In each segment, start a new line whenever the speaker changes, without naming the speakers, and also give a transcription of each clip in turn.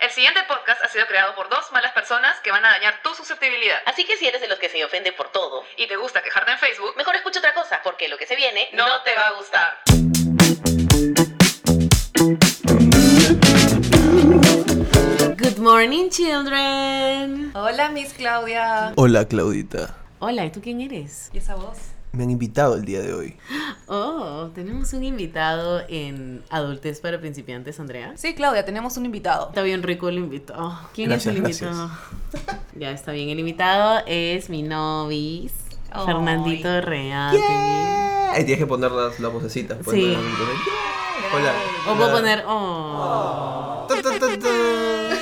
El siguiente podcast ha sido creado por dos malas personas que van a dañar tu susceptibilidad.
Así que si eres de los que se ofende por todo,
Y te gusta quejarte en Facebook,
mejor escucha otra cosa, porque lo que se viene
no, te va a gustar.
Good morning, children.
Hola, Miss Claudia.
Hola Claudita,
Hola, ¿y tú quién eres?
¿Y esa voz?
me han invitado el día de hoy.
Oh, tenemos un invitado en Adultez para Principiantes, Andrea.
Sí, Claudia, tenemos un invitado.
Está bien rico el invitado. Oh, ¿Quién
Gracias,
es el invitado? Ya está bien, el invitado es mi novis,
Ay.
Fernandito Real.
Ahí tienes que poner las, las vocecitas. pues,
Sí.
¿no? Yeah. Hola.
O puedo poner. Oh.
Ta, ta, ta, ta.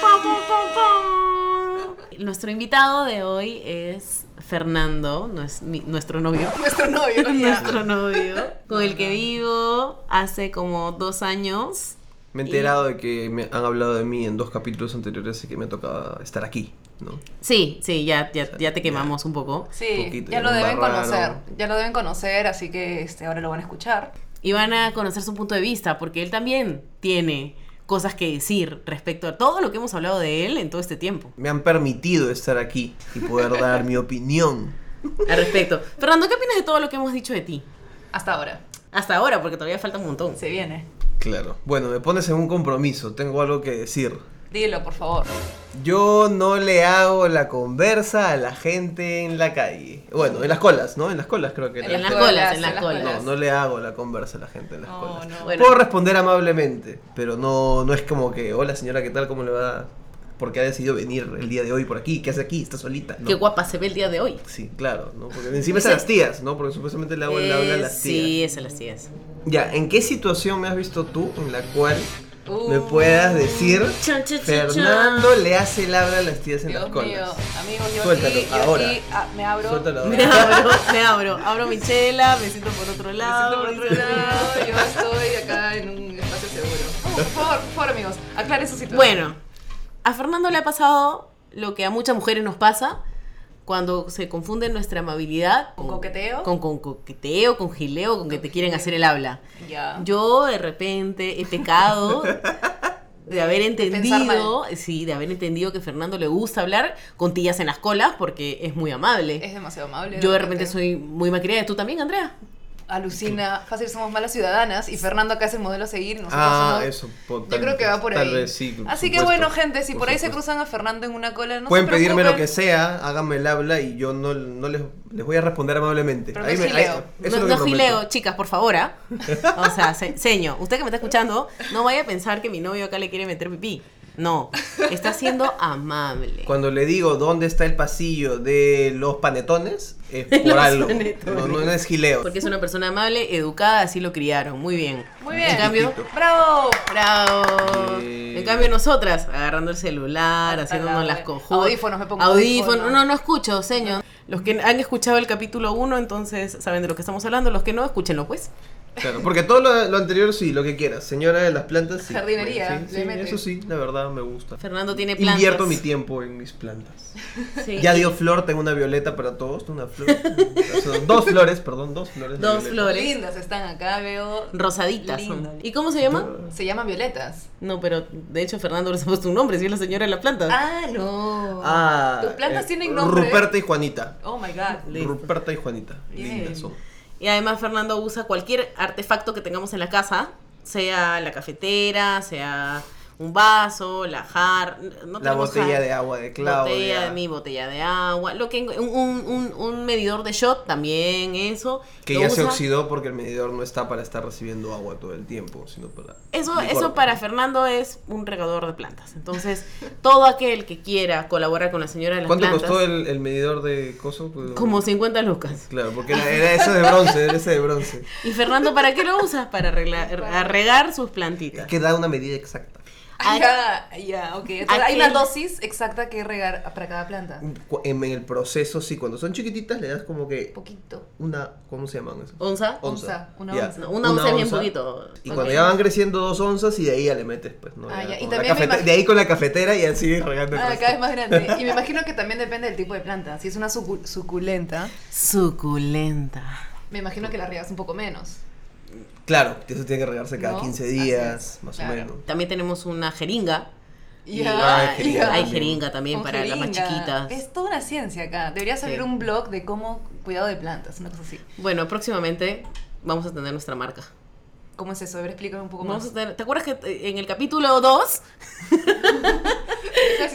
Pom, pom, pom, pom. Nuestro invitado de hoy es Fernando, nues- mi- nuestro novio.
Nuestro novio.
nuestro novio, con el que vivo hace como dos años.
Me he enterado de que me han hablado de mí en dos capítulos anteriores, así que me tocaba estar aquí, ¿no?
Sí, sí, ya, ya, ya te quemamos un poco.
Sí,
Poquito,
ya
ya
lo
lo
deben
embarraron.
conocer. Ya lo deben conocer, así que este, ahora lo van a escuchar.
Y van a conocer su punto de vista, porque él también tiene cosas que decir respecto a todo lo que hemos hablado de él en todo este tiempo.
Me han permitido estar aquí y poder dar mi opinión.
Al respecto. Fernando, ¿qué opinas de todo lo que hemos dicho de ti?
Hasta ahora.
Hasta ahora, porque todavía falta un montón.
Se viene.
Claro. Bueno, me pones en un compromiso, tengo algo que decir.
Dilo, por favor.
Yo no le hago la conversa a la gente en la calle. Bueno, en las colas, ¿no? En las colas creo que
En
era
En
el
las
tema.
colas, en las
No,
colas. Oh,
no le hago la conversa a la gente en las
No,
colas.
no.
Bueno.
Puedo responder amablemente, pero no, no es como que, hola señora, ¿qué tal? ¿Cómo le va? Porque ha decidido venir el día de hoy por aquí. ¿Qué hace aquí? ¿Está solita? No.
Qué guapa se ve el día de hoy.
Sí, claro, ¿no? Porque encima es a las tías, ¿no? Porque supuestamente le hago el habla a
Eh,
las tías.
sí, esas las tías.
Ya, ¿en qué situación me has visto tú en la cual
Uh.
me puedas decir
Chan, chan, chan, chan.
Fernando le hace el habla a las tías en
Oh, Dios
las colas?
mío. Amigo, yo
Suéltalo,
aquí, yo
ahora.
aquí, ah, me abro.
Suéltalo
Me
ahora.
abro, me abro. Abro mi chela, me siento por otro
Me siento
lado.
por otro lado, yo estoy acá en un espacio seguro. Oh, por favor, por favor, amigos, aclare su situación.
Bueno, a Fernando le ha pasado lo que a muchas mujeres nos pasa cuando se confunde nuestra amabilidad
¿Con coqueteo?
con, con coqueteo, con gileo, con que te quieren hacer el habla.
Ya.
Yo de repente he pecado de haber
pensar mal.
entendido, sí, de haber entendido que a Fernando le gusta hablar con tías en las colas porque es muy
Es
amable.
demasiado amable.
Yo de repente
soy
soy muy malcriada, tú también, Andrea.
Alucina, fácil somos malas ciudadanas y Fernando acá es el modelo a seguir. Nosotros
Ah,
somos-
eso, po-
Yo
tal-
creo que va por
tal
ahí.
vez sí, por
Así que
supuesto,
bueno, gente, si por,
por
ahí se
supuesto.
cruzan a Fernando en una cola, no
Pueden
se
pedirme lo que
preocupen.
sea, háganme el habla y yo no, no les, les voy a responder amablemente.
Pero no es
me-
gileo.
eso es
no
lo que
no
prometo.
gileo, chicas, por favor, ¿ah? O sea, se- seño, usted que me está escuchando, no vaya a pensar que mi novio acá le quiere meter pipí. No, está siendo amable.
Cuando le digo dónde está el pasillo de los panetones, es por
Los
algo.
panetones.
No, no, no es gileo.
Porque es una persona amable, educada, así lo criaron. Muy bien.
Muy bien.
En cambio,
Chiquito.
¡Bravo!
bravo.
Bien.
En cambio, nosotras, agarrando el celular,
Hasta
haciéndonos
la-
las cojudas.
audífonos, me pongo
Audífonos.
audífonos.
No, no escucho, señor. Los que han escuchado el capítulo 1, entonces saben de lo que estamos hablando. Los que no, escúchenlo, pues.
Claro, porque todo lo, lo anterior sí, lo que quieras. Señora de las plantas, sí.
Jardinería,
Sí,
le
sí,
mete.
eso sí, la verdad me gusta.
Fernando tiene plantas.
Invierto mi tiempo en mis plantas.
Sí.
Ya dio flor, tengo una violeta para todos, una flor. dos flores, perdón, dos flores. de
Dos
violeta.
flores.
Lindas están acá, veo.
Rosaditas. son.
Lindo.
¿Y cómo se llama?
Se llaman violetas.
No, pero de hecho Fernando les ha puesto un nombre, si es la señora de la planta.
Ah, no.
Ah,
Tus plantas
eh,
tienen nombre.
Ruperta y Juanita.
Oh my god.
Listo.
Ruperta y Juanita.
Bien.
Lindas son.
Y además Fernando usa cualquier artefacto que tengamos en la casa, sea la cafetera, sea un vaso, la jar, no
La
tenemos
botella
jar.
de agua de Claudia.
Botella de mi botella de agua, lo que un, un- un- un medidor de shot también eso.
Que
lo
ya se
usa.
oxidó porque el medidor no está para estar recibiendo agua todo el tiempo, sino para.
Eso,
licor.
eso para Fernando es un regador de plantas. Entonces, todo aquel que quiera colaborar con la señora de las
¿Cuánto
plantas,
costó el, el medidor de coso? Pues,
como 50 lucas.
Claro, porque era, era ese de bronce, era ese de bronce.
¿Y Fernando para qué lo usas? Para arreglar, a regar sus
Es
plantitas.
que da una medida exacta.
Ah,
Ya, ya, ok. Entonces, Hay
aquel-
una dosis exacta que regar para cada planta.
Cu- En el proceso, sí, cuando son chiquititas le das como que
Poquito.
una. ¿Cómo se llaman eso?
¿Onza?
Onza, una
Ya,
onza.
No, una onza es bien poquito.
Y
Ok.
cuando ya van creciendo dos onzas y de ahí ya le metes, pues, ¿no?
Ah, ya, y
con
también me
la cafete-
imag-
De ahí con la cafetera y así regando el
Ah,
resto.
cada vez más grande. Y me imagino que también depende del tipo de planta. Si es una sucu- suculenta,
Suculenta.
me imagino que la riegas un poco menos.
Claro, eso tiene que regarse cada
No,
15
así
días,
es,
más
claro.
o menos.
También tenemos una jeringa Y
Ya,
Ah, hay jeringa
ya.
hay
también.
jeringa también
Con
para las más
jeringa.
chiquitas.
Es toda una ciencia acá. Debería salir
Sí.
un blog de cómo cuidado de plantas, una cosa así.
Bueno, próximamente vamos a tener nuestra marca.
¿Cómo es eso? A ver, explícame un poco
Vamos a
más.
tener- ¿Te acuerdas que eh, en el capítulo 2?
Casi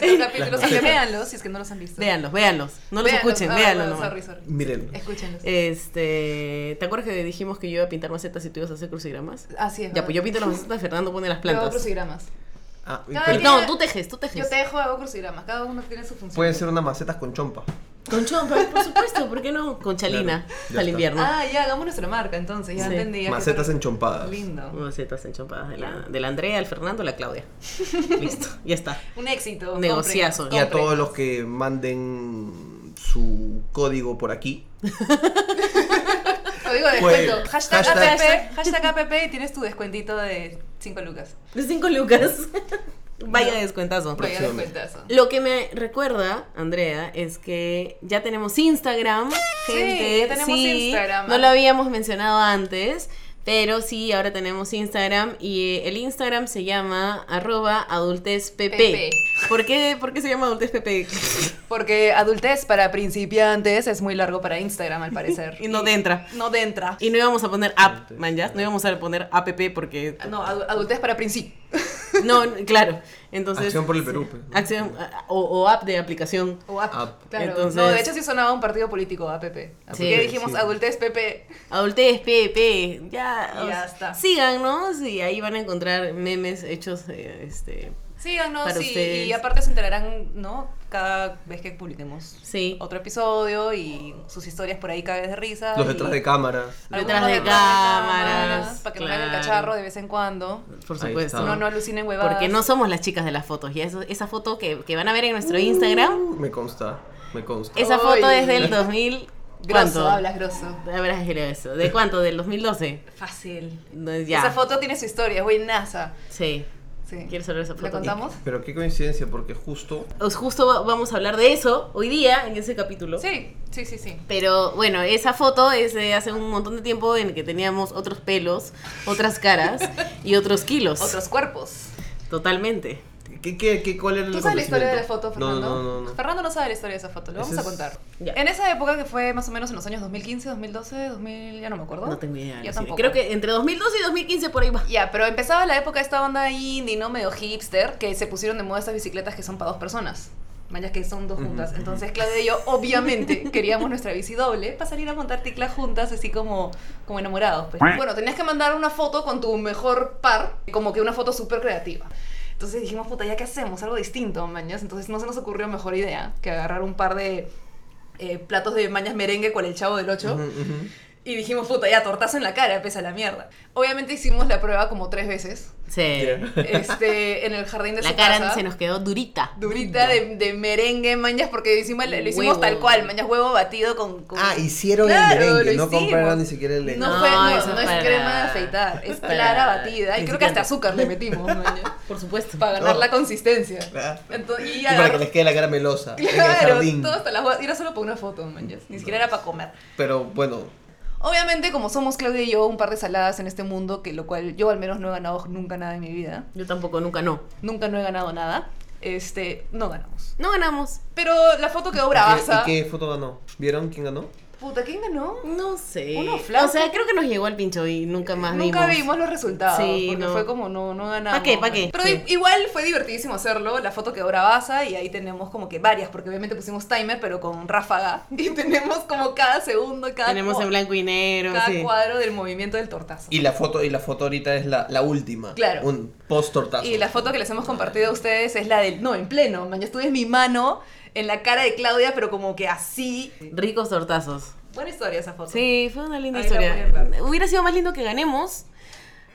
todos los capítulos, así
Las
que
macetas.
véanlos si es que no los han visto.
Véanlos, véanlos. No los
Véanlos.
escuchen,
Ah,
véanlos.
bueno,
nomás. Eh,
sorry, sorry.
Mírenlo.
Escúchenlos.
Este, ¿te acuerdas que dijimos que yo iba a pintar macetas y tú ibas a hacer crucigramas?
Así es.
Ya, pues yo
vi
pinto las macetas, Fernando pone las
Yo hago
plantas.
crucigramas.
Ah, y
Cada
pero-
quien-
No, tú tejes, tú tejes.
Yo te dejo, hago crucigramas. Cada uno tiene su función.
pueden ser unas macetas con chompa.
Con chompa, por supuesto, ¿por qué no? Con chalina,
Claro, ya
al
está.
invierno.
Ah, ya, hagamos nuestra marca entonces. Ya
Sí.
entendí. ya que
Macetas
tal-
enchompadas.
Lindo.
Macetas enchompadas de la, de la Andrea, el Fernando, la Claudia. Listo, ya está.
Un éxito.
Negociazo.
Mm. Y a
Compren.
todos los que manden su código por aquí.
Código de
Pues,
descuento. Hashtag,
hashtag-
APP. Hashtag APP y tienes tu descuentito de 5 lucas.
De 5 lucas. Vaya descuentazo.
Vaya
Próximamente.
descuentazo.
Lo que me recuerda, Andrea, es que ya tenemos Instagram.
Sí,
Gente,
ya tenemos
sí,
Instagram.
No lo habíamos mencionado antes, pero sí, ahora tenemos Instagram y eh, el Instagram se llama arroba
Pepe.
adultezpp. ¿Por qué, ¿Por qué se llama adultezpp?
Porque adultez para principiantes es muy largo para Instagram, al parecer.
y no te entra.
No te entra.
Y no íbamos a poner app, man, ya. No íbamos a poner app porque...
No, adu- adultez para principiantes.
No, claro. Entonces...
Acción por el Perú. pues.
Acción, o- o app de aplicación.
O app.
App.
Claro.
Entonces-
No, de hecho sí sonaba un partido político, APP. Así
Sí.
que dijimos
Sí.
adultez, PP.
Adultez, PP, ya,
Ya
o sea,
está.
Síganos y ahí van a encontrar memes hechos, eh, este,
Síganos
Para
y,
ustedes.
y aparte se enterarán, ¿no? Cada vez que publiquemos
sí,
otro episodio y sus historias por Ah. ahí cagues de risa.
Los
y
detrás de cámara.
algunos
Detrás de cámaras,
Para que no hagan el
claro.
cachorro de vez en cuando.
por
Ahí
supuesto.
está.
No, no alucinen huevadas.
Porque no somos las chicas de las fotos, ya eso- esa foto que, que van a ver en nuestro Instagram,
Me consta, me consta.
esa foto
Mm. Ay.
es del 2000,
Grosso,
¿cuánto?
hablas grosso.
Habrás dicho eso, ¿de cuánto? ¿Del 2012?
Fácil.
No, ya,
Esa foto tiene su historia, es buenaza.
sí,
Sí.
quiero saber esa foto.
¿La contamos?
Pero qué coincidencia, porque justo
Os justo va- vamos a hablar de eso hoy día, en ese capítulo.
Sí, sí, sí, sí.
Pero bueno, esa foto es de hace un montón de tiempo en que teníamos otros pelos, otras caras y otros kilos.
Otros cuerpos.
Totalmente.
¿Qué, qué, qué, ¿Cuál era el
¿Tú sabes la historia de la foto,
acontecimiento?
Fernando?
No, no, no. no, no.
Fernando no sabe la historia de esa foto, lo
Ese
vamos a
es-
contar.
Ya.
En esa época que fue más o menos en los años 2015, 2012, 2000, ya no me acuerdo.
No tengo idea.
Yo
Lucía.
tampoco.
Creo que entre 2012 y 2015 por ahí va.
Ya, pero empezaba la época esta onda indie, ¿no? Medio hipster, que se pusieron de moda estas bicicletas que son para dos personas. Mayas que son dos
Ujú,
juntas.
ujú.
Entonces Claudia y yo, obviamente, queríamos nuestra bici doble para salir a montar ticla juntas, así como, como enamorados. pues. Bueno, tenías que mandar una foto con tu mejor par, como que una foto súper creativa. Entonces dijimos, puta, ¿ya qué hacemos? Algo distinto, mañas. Entonces no se nos ocurrió mejor idea que agarrar un par de eh, platos de mañas merengue con el chavo del 8.
Ujú, ujú.
Y dijimos, puta, ya tortazo en la cara, pesa la mierda. Obviamente hicimos la prueba como tres veces.
Sí.
Yeah.
Este, en el jardín de
La
su
cara
casa.
se nos quedó durita.
Durita de, de merengue, mañas, porque encima le- lo hicimos
Huevo.
tal cual, mañas huevo batido con. con-
Ah, hicieron
Claro,
el merengue,
lo
no compraron
hicimos.
ni siquiera el
No,
No,
fue, no,
eso es
no es
para-
crema de afeitar, es
para
clara batida. Y creo que hasta
principiantes.
azúcar le metimos, mañas,
Por supuesto.
para ganar
Oh.
la consistencia.
Ah.
Entonces, y
Y para que
agarró-
les quede la cara melosa en el
Claro,
jardín.
todo hasta las hue- Era solo para una foto, mañas, ni siquiera era para comer.
Pero bueno,
Obviamente, como somos Claudia y yo, un par de saladas en este mundo, que lo cual yo al menos no he ganado nunca nada en mi vida.
Yo tampoco, nunca no.
Nunca no he ganado nada. Este, no ganamos.
No ganamos.
Pero la foto quedó bravaza.
¿y qué, y qué foto ganó? ¿Vieron quién ganó?
Puta, ¿quién ganó?
No sé.
Uno flaco.
O sea, creo que nos llegó al pincho y nunca más
Nunca
vimos.
vimos los resultados.
Sí,
porque
no.
fue como no, no ganamos.
¿Pa' qué? ¿Pa' qué?
Pero
Sí.
i- igual fue divertidísimo hacerlo. La foto quedó bravaza y ahí tenemos como que varias, porque obviamente pusimos timer, pero con ráfaga. Y tenemos como cada segundo, cada,
Tenemos
cua-
en blanco y negro.
cada
sí.
cuadro del movimiento del tortazo.
Y la foto, y la foto ahorita es la, la última.
Claro.
Un post tortazo.
Y la foto que les hemos compartido a ustedes es la del. No, en pleno. Man, yo estuve en mi mano, en la cara de Claudia, pero como que así.
Ricos tortazos.
Buena historia esa foto.
Sí, fue una linda
Ahí la voy a
historia.
guardar.
Hubiera sido más lindo que ganemos.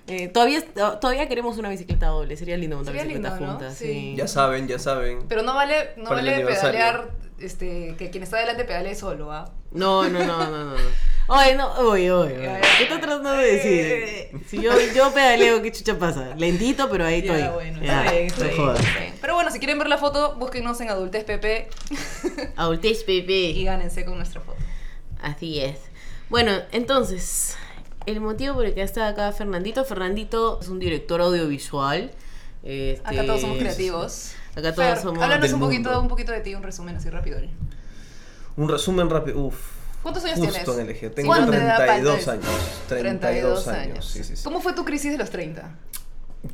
Eh, todavía, to- todavía queremos una bicicleta doble. Sería lindo montar
Sería
bicicletas
lindo, ¿no?
juntas.
Sí.
sí.
Ya saben, ya saben.
Pero no vale, no
Para el
vale
aniversario.
pedalear, este, que quien está adelante pedale solo, ¿ah?
No, no, no, no, no. Oye, no, oye, oye, oye. ¿Qué estás tratando de decir? Si yo, yo pedaleo, ¿qué chucha pasa? Lentito, pero ahí estoy.
Ya, bueno,
Ya,
está bien, está
no
bien,
jodas.
está bien. Pero bueno, si quieren ver la foto, búsquenos en Adultez PP
Adultez,
y
bebé.
gánense con nuestra foto.
Así es. Bueno, entonces, el motivo por el que está acá Fernandito, Fernandito es un director audiovisual Este,
Acá todos somos creativos.
Acá todos somos
Háblanos
del
un poquito,
mundo.
un poquito de ti, un resumen así rápido. Ari.
Un resumen rápido. Uf.
¿Cuántos años
Justo
tienes?
en el eje. Tengo
¿Cuánto te da para
32
el-
años. 32, años. Sí, sí, sí.
¿Cómo fue tu crisis de los 30?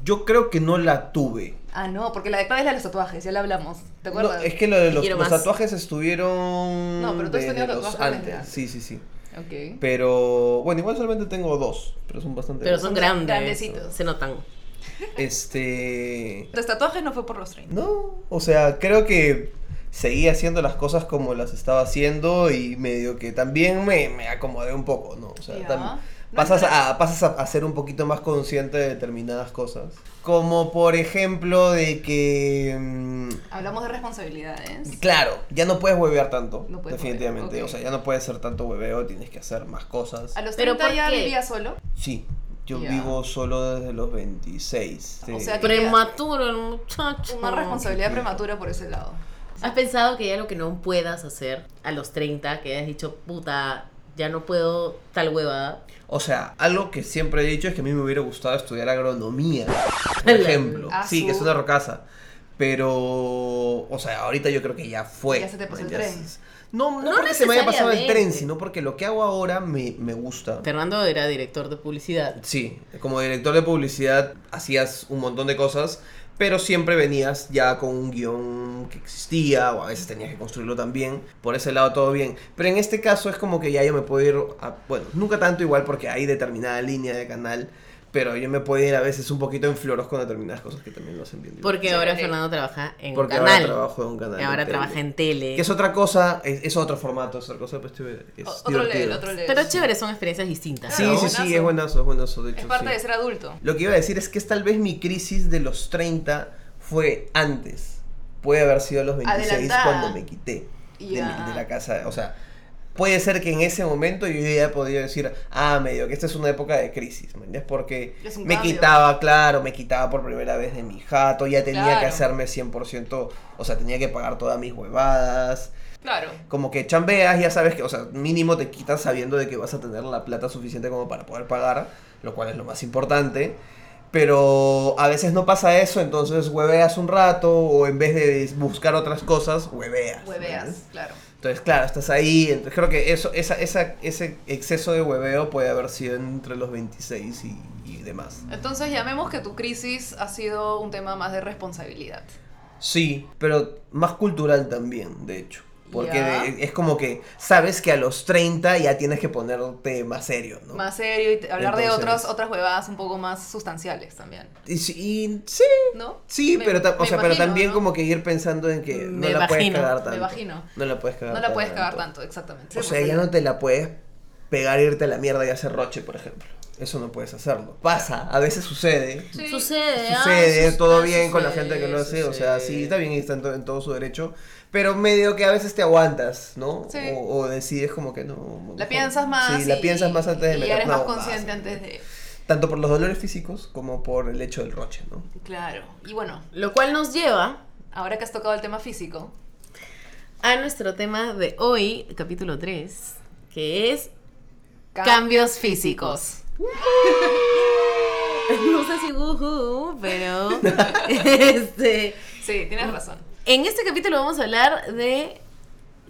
Yo creo que no la tuve.
Ah, no, porque la de Pablo es la de los tatuajes, ya la hablamos. ¿Te
No,
acuerdas?
es que lo de los,
Quiero
los
más.
tatuajes estuvieron.
No, pero tú has
desde
tenido
los
tatuajes
antes.
desde antes.
Sí, sí, sí.
Ok.
Pero bueno, igual solamente tengo dos, pero son bastante.
Pero
grandes.
son
Son
grandes.
grandecitos.
Se notan.
Este.
Los tatuajes no fue por los 30.
No, o sea, creo que seguí haciendo las cosas como las estaba haciendo y medio que también me, me acomodé un poco, ¿no? O sea,
Ya.
tam-
No
pasas,
entres-
a, pasas a, a ser un poquito más consciente de determinadas cosas. Como por ejemplo de que... mm,
Hablamos de responsabilidades.
Claro, ya no puedes huevear tanto,
No puedes
definitivamente.
huevear, ok.
O sea, ya no puedes hacer tanto hueveo, tienes que hacer más cosas.
A los
Pero
30
¿por
ya
qué?
vivía solo.
Sí, yo
Ya.
vivo solo desde los 26.
O
sí.
sea que-
Prematuro el muchacho.
Una responsabilidad prematura por ese lado.
¿Has pensado que hay algo que no puedas hacer a los 30? Que hayas dicho, puta, ya no puedo tal huevada.
O sea, algo que siempre he dicho es que a mí me hubiera gustado estudiar agronomía, por
Ala.
ejemplo.
Ah,
Sí, que es
su-
una rocaza. Pero, o sea, ahorita yo creo que ya fue.
Ya se te pasó el
Ya
tren.
se- No, no,
No
porque se me haya pasado el tren,
necesariamente.
sino porque lo que hago ahora me, me gusta.
Fernando era director de publicidad.
Sí, como director de publicidad hacías un montón de cosas, pero siempre venías ya con un guión que existía o a veces tenías que construirlo también. Por ese lado todo bien. Pero en este caso es como que ya yo me puedo ir, a- bueno, nunca tanto igual porque hay determinada línea de canal, pero yo me puedo ir a veces un poquito en floros con determinadas cosas que también lo hacen bien.
Porque
Sí,
ahora
ok.
Fernando trabaja en
Porque
un
ahora
canal.
trabajo en un canal.
y ahora
de tele.
trabaja en tele.
Que es otra cosa, es, es otro formato, es otra cosa, pues, estuve- es
O- otro level,
divertido.
otro level.
Pero chévere, son experiencias distintas.
Sí,
Claro,
sí, sí, es buenazo, es buenazo. De hecho,
Es parte
sí.
de ser adulto.
Lo que iba a decir es que es tal vez mi crisis de los 30 fue antes. Puede haber sido a los 26
Adelantada.
cuando me quité de, mi-
Ya.
de la casa. O sea, puede ser que en ese momento yo ya podía decir, ah, medio que esta es una época de crisis, ¿me entiendes? Porque
Es un
me
cambio.
quitaba, claro, me quitaba por primera vez de mi jato, ya tenía que
Claro.
hacerme 100%, o sea, tenía que pagar todas mis huevadas
Claro.
como que chambeas, ya sabes que, o sea, mínimo te quitas sabiendo de que vas a tener la plata suficiente como para poder pagar, lo cual es lo más importante. Pero a veces no pasa eso, entonces hueveas un rato o en vez de buscar otras cosas, hueveas. ¿ves?
Hueveas, claro.
Entonces, claro, estás ahí. Entonces, creo que eso, esa, esa, ese exceso de hueveo puede haber sido entre los 26 y, y demás.
Entonces llamemos que tu crisis ha sido un tema más de responsabilidad.
Sí, pero más cultural también, de hecho. Porque
Ya.
de- es como que sabes que a los 30 ya tienes que ponerte más serio, ¿no?
Más serio y te- hablar de
Entonces-
otras, otras huevadas un poco más sustanciales también.
Y, sí- y- sí,
¿No?
sí,
Me-
pero, ta- o
me
sea, pero
imagino,
también
¿no?
como que ir pensando en que no
Me
la puedes
imagino,
cagar
me
tanto.
imagino.
No la puedes cagar
No la puedes cagar tanto, pues exactamente.
Ah, O sea, ya no te la puedes pegar, irte a la mierda y hacer roche, por ejemplo. Eso no puedes hacerlo. Pasa, a veces sucede.
Sí.
Sucede, ah,
Sucede,
sus-
todo
ah,
bien con la
sucede,
gente que lo hace, o sea, sí,
sucede.
está bien, está en, to- en todo su derecho, pero medio que a veces te aguantas, ¿no?
Sí.
O, o decides como que no. mejor-
La piensas más.
Sí, la
y-
piensas más antes de
Y
meter
eres
una
más
bombada,
consciente
¿no?
antes de.
Tanto por los dolores físicos como por el hecho del roche, ¿no?
Claro. Y bueno,
Lo cual nos lleva
ahora que has tocado el tema físico,
a nuestro tema de hoy, capítulo 3, que es
ca-
cambios físicos. no sé si wuhu, pero este,
Sí, tienes razón.
en este capítulo vamos a hablar de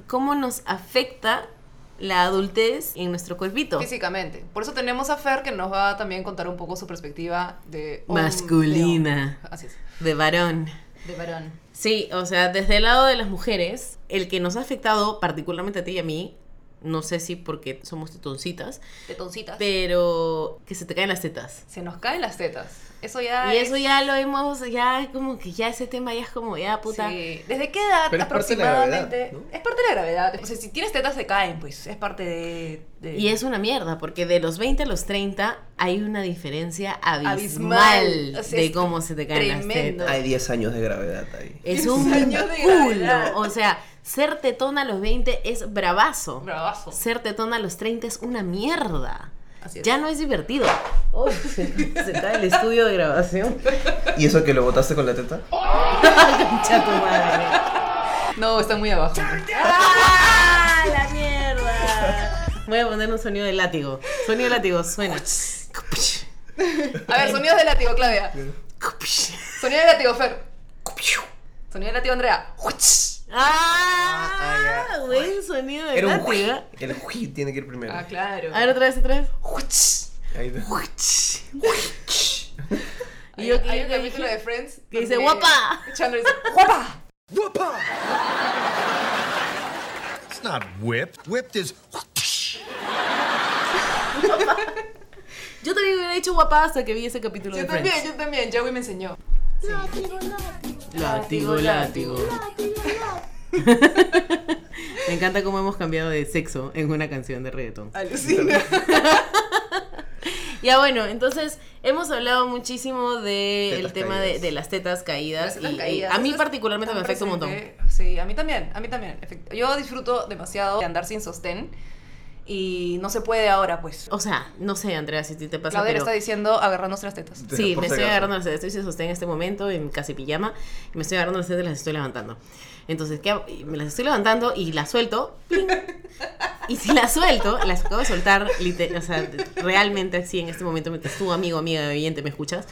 cómo nos afecta la adultez en nuestro cuerpito.
Físicamente. Por eso tenemos a Fer que nos va a también contar un poco su perspectiva de. hom-
Oh, Masculina.
de hom- así es.
De varón.
De varón.
Sí, o sea, desde el lado de las mujeres, el que nos ha afectado particularmente a ti y a mí, no sé si porque somos tetoncitas,
Tetoncitas.
pero que se te caen las tetas.
Se nos caen las tetas. Eso ya.
Y
es-
eso ya lo hemos, ya como que ya ese tema ya es como, ya puta.
Sí. ¿Desde qué edad
Pero es parte de la
aproximadamente?
gravedad, ¿no?
Es parte de la gravedad. O sea, si tienes tetas se caen, pues es parte de. de-
Y es una mierda, porque de los 20 a los 30 hay una diferencia abismal,
Abismal. O sea,
de
es
cómo se te caen
tremendo.
las tetas.
Hay 10 años de gravedad ahí.
Es
10
un
años de gravedad.
culo. O sea, ser tetona a los 20 es bravazo.
Bravazo.
Ser tetona a los 30 es una mierda.
Así es.
Ya no es divertido. Uy, se, Oh, se cae el estudio de grabación.
¿Y eso que lo botaste con la teta?
Concha tu madre.
No, está muy abajo.
¡Ah, la mierda! Voy a poner un sonido de látigo. Sonido de látigo, suena.
A ver, sonidos de látigo, Claudia.
Cupish.
Sonido de látigo, Fer. Sonido de látigo, Andrea.
¡Ah!
Ah, ya.
Buen sonido de
Era un
látigo.
El hui tiene que ir primero.
Ah, claro.
A ver, otra vez, otra vez.
Ahí está.
Hay,
Y yo-
hay
y
un
yo
capítulo
dije-
de Friends
que dice,
donde
"Guapa".
Chandler dice, ¡guapa!
It's not whipped. Whipped is
Yo también hubiera dicho guapa hasta que vi ese capítulo
Yo
de
también,
Friends.
yo también. Joey me enseñó.
Látigo, látigo. Me encanta cómo hemos cambiado de sexo en una canción de reggaetón.
Alucina.
Ya bueno, entonces hemos hablado muchísimo del
Tetas
tema de,
caídas.
de las tetas
Las
caídas.
tetas
y- y
caídas,
a mí
esas
particularmente me
tan
afecta un montón.
presente. Sí, a mí también, a mí también. Efect- Yo disfruto demasiado de andar sin sostén y no se puede ahora, pues.
O sea, no sé, Andrea, si a ti te pasa,
Claudia le
pero...
está diciendo agarrándose las tetas.
Sí,
Por
me
si
estoy
acaso.
agarrando las tetas, estoy sin sostén en este momento, en casi pijama, y me estoy agarrando las tetas y las estoy levantando. Entonces, ¿qué hago? Y Me las estoy levantando y las suelto, ¡pling! y si las suelto, las acabo de soltar, lite- o sea, realmente así en este momento, mientras tú, amigo, amiga, oyente, me escuchas,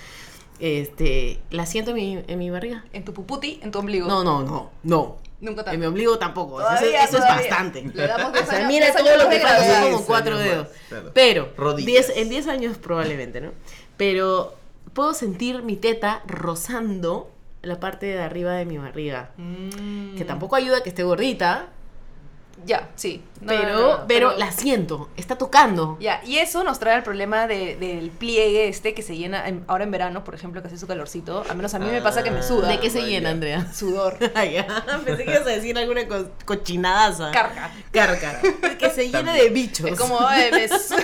este, las siento en mi, en mi barriga.
En tu puputi, en tu ombligo.
No, no, no, no.
Nunca
En mi
tanto.
ombligo tampoco, eso-
Todavía,
eso,
todavía.
es bastante.
Le damos
O
diez
sea,
años-
mira
diez
todo
años
lo que
de
pasó,
gravedad.
son como
Diez
cuatro
años
dedos.
más, claro.
Pero,
Rodillas.
diez- en 10 años probablemente, ¿no? Pero puedo sentir mi teta rozando la parte de arriba de mi barriga.
Mm.
Que tampoco ayuda que esté gordita,
Ya, sí. No,
pero,
no, no, no,
pero, la siento, está tocando.
Ya, y eso nos trae el problema de- del pliegue este que se llena en- ahora en verano, por ejemplo, que hace su calorcito. Al menos a mí me pasa que me suda.
Ah. ¿De qué se
Vaya.
llena, Andrea?
Sudor.
Ay, ya, Pensé que ibas a decir alguna co- cochinadaza.
Carca.
Carca. Que se llena
También.
de bichos.
Es como, ay, me su-